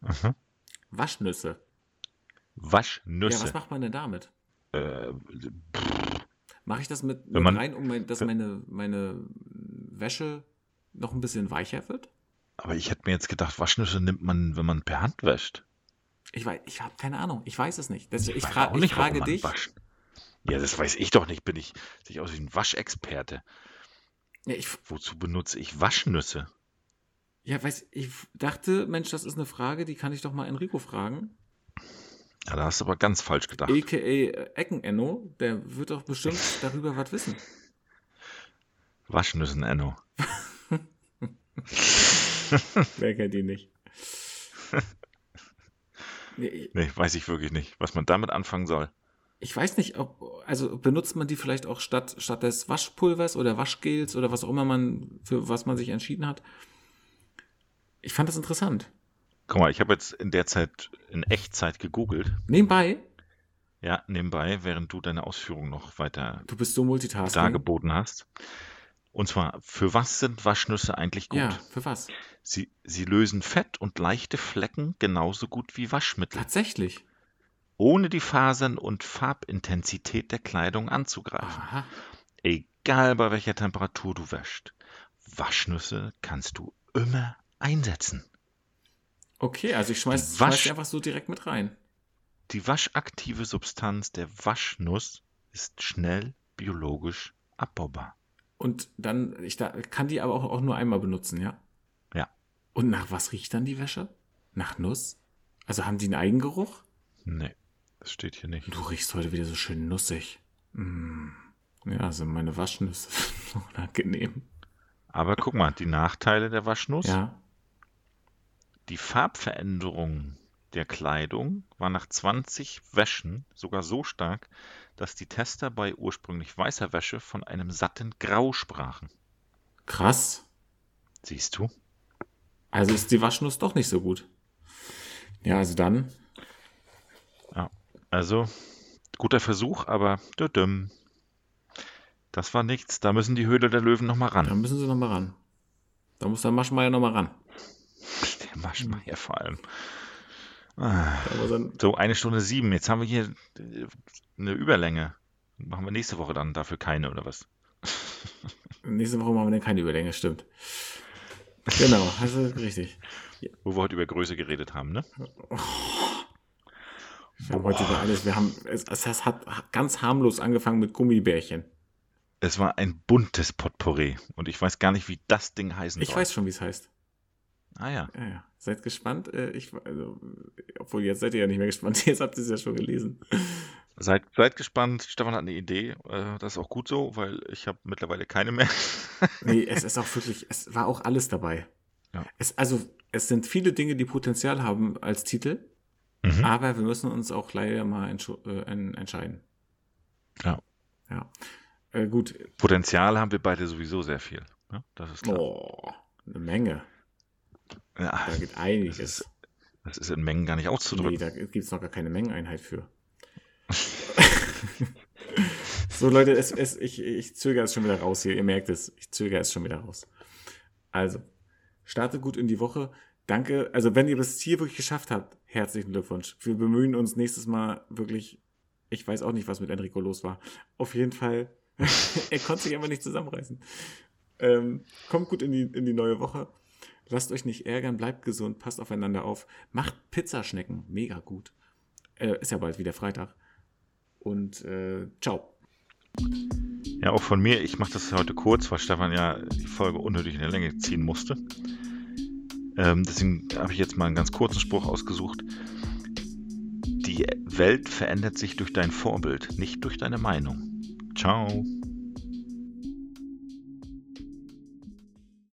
Speaker 1: Aha.
Speaker 2: Waschnüsse. Ja, was
Speaker 1: Waschnüsse.
Speaker 2: macht man denn damit?
Speaker 1: äh,
Speaker 2: Mache ich das mit,
Speaker 1: Wenn
Speaker 2: mit
Speaker 1: man-
Speaker 2: rein, um mein, dass meine, meine Wäsche noch ein bisschen weicher wird?
Speaker 1: aber ich hätte mir jetzt gedacht, Waschnüsse nimmt man, wenn man per Hand wäscht.
Speaker 2: Ich weiß, ich habe keine Ahnung. Ich weiß es nicht. Das, Also ich,
Speaker 1: weiß
Speaker 2: fra
Speaker 1: auch
Speaker 2: ich
Speaker 1: nicht, warum
Speaker 2: frage
Speaker 1: man
Speaker 2: dich.
Speaker 1: wascht. Ja, das weiß ich doch nicht. Bin ich, sehe ich aus wie ein Waschexperte.
Speaker 2: Ja, ich,
Speaker 1: Wozu benutze ich Waschnüsse?
Speaker 2: ja, weiß, ich dachte, Mensch, das ist eine Frage, die kann ich doch mal Enrico fragen.
Speaker 1: Ja, da hast du aber ganz falsch gedacht.
Speaker 2: AKA äh, Ecken-Enno, der wird doch bestimmt darüber was wissen.
Speaker 1: Waschnüssen, Enno.
Speaker 2: Wer kennt ihn nicht? [laughs] Nee, ich-
Speaker 1: Nee, weiß ich wirklich nicht, was man damit anfangen soll.
Speaker 2: ich weiß nicht, ob, also benutzt man die vielleicht auch statt, statt des Waschpulvers oder Waschgels oder was auch immer man, für was man sich entschieden hat. Ich fand das interessant.
Speaker 1: Guck mal, ich habe jetzt in der Zeit, in Echtzeit gegoogelt.
Speaker 2: Nebenbei,
Speaker 1: Ja, nebenbei, während du deine Ausführungen noch weiter
Speaker 2: du bist so Multitasking.
Speaker 1: dargeboten hast. Und zwar, für was sind Waschnüsse eigentlich gut?
Speaker 2: Ja, für was?
Speaker 1: Sie, sie lösen Fett und leichte Flecken genauso gut wie Waschmittel,
Speaker 2: Tatsächlich.
Speaker 1: ohne die Fasern und Farbintensität der Kleidung anzugreifen.
Speaker 2: Aha.
Speaker 1: Egal bei welcher Temperatur du wäschst, Waschnüsse kannst du immer einsetzen.
Speaker 2: Okay, also ich schmeiß,
Speaker 1: Wasch-
Speaker 2: schmeiß die einfach so direkt mit rein.
Speaker 1: Die waschaktive Substanz der Waschnuss ist schnell biologisch abbaubar.
Speaker 2: Und dann, ich da, kann die aber auch, auch nur einmal benutzen, ja?
Speaker 1: Ja.
Speaker 2: Und nach was riecht dann die Wäsche? Nach Nuss? Also haben die einen Eigengeruch?
Speaker 1: Nee, das steht hier nicht.
Speaker 2: Du riechst heute wieder so schön nussig. Mm. Ja, sind meine Waschnüsse [laughs] unangenehm.
Speaker 1: Aber guck mal, die Nachteile der Waschnuss.
Speaker 2: Ja.
Speaker 1: Die Farbveränderung der Kleidung war nach 20 Wäschen sogar so stark, dass die Tester bei ursprünglich weißer Wäsche von einem satten Grau sprachen.
Speaker 2: Krass.
Speaker 1: Siehst du?
Speaker 2: Also ist die Waschnuss doch nicht so gut. Ja, also dann.
Speaker 1: Also, guter Versuch, aber düdüm. das war nichts. Da müssen die Höhle der Löwen nochmal ran.
Speaker 2: Da müssen sie nochmal ran. Da muss der Maschmeier nochmal ran.
Speaker 1: Der Maschmeier vor allem.
Speaker 2: Da muss er-
Speaker 1: So, eine Stunde sieben. Jetzt haben wir hier äh, eine Überlänge. Machen wir nächste Woche dann dafür keine, oder was? [laughs]
Speaker 2: Nächste Woche machen wir dann keine Überlänge, stimmt. Genau, also richtig.
Speaker 1: Wo wir heute über Größe geredet haben, ne?
Speaker 2: Wir haben heute über alles, wir haben, es, es es hat ganz harmlos angefangen mit Gummibärchen.
Speaker 1: Es war ein buntes Potpourri. Und ich weiß gar nicht, wie das Ding heißen
Speaker 2: Ich
Speaker 1: soll.
Speaker 2: weiß schon, wie es heißt.
Speaker 1: Ah ja.
Speaker 2: Ja, ja. Seid gespannt. Äh, Ich, also, äh, obwohl, jetzt seid ihr ja nicht mehr gespannt. [laughs] Jetzt habt ihr es ja schon gelesen.
Speaker 1: Seid, seid gespannt. Stefan hat eine Idee. Äh, Das ist auch gut so, weil ich habe mittlerweile keine mehr.
Speaker 2: Nee, es ist auch wirklich, es war auch alles dabei.
Speaker 1: Ja.
Speaker 2: Es, also, es sind viele Dinge, die Potenzial haben als Titel,
Speaker 1: Mhm.
Speaker 2: aber wir müssen uns auch leider mal entschu- äh, en- entscheiden.
Speaker 1: Ja.
Speaker 2: Ja. Äh, gut.
Speaker 1: [laughs] Potenzial haben wir beide sowieso sehr viel. Ja, das ist klar.
Speaker 2: Oh, eine Menge.
Speaker 1: Ja,
Speaker 2: Da geht einiges.
Speaker 1: Das ist das ist in Mengen gar nicht auszudrücken.
Speaker 2: Nee, da gibt es noch gar keine Mengeneinheit für. so, Leute, es, es, ich, ich zögere es schon wieder raus hier. Ihr merkt es. Ich zögere es schon wieder raus. Also, startet gut in die Woche. Danke. Also, wenn ihr das hier wirklich geschafft habt, herzlichen Glückwunsch. Wir bemühen uns nächstes Mal wirklich. Ich weiß auch nicht, was mit Enrico los war. Auf jeden Fall. [laughs] er konnte sich einfach nicht zusammenreißen. Ähm, kommt gut in die, in die neue Woche. Lasst euch nicht ärgern, bleibt gesund, passt aufeinander auf. Macht Pizzaschnecken, mega gut. Äh, ist ja bald wieder Freitag. Und äh, ciao.
Speaker 1: Ja, auch von mir. Ich mache das heute kurz, weil Stefan ja die Folge unnötig in der Länge ziehen musste. Ähm, deswegen habe ich jetzt mal einen ganz kurzen Spruch ausgesucht. Die Welt verändert sich durch dein Vorbild, nicht durch deine Meinung. Ciao.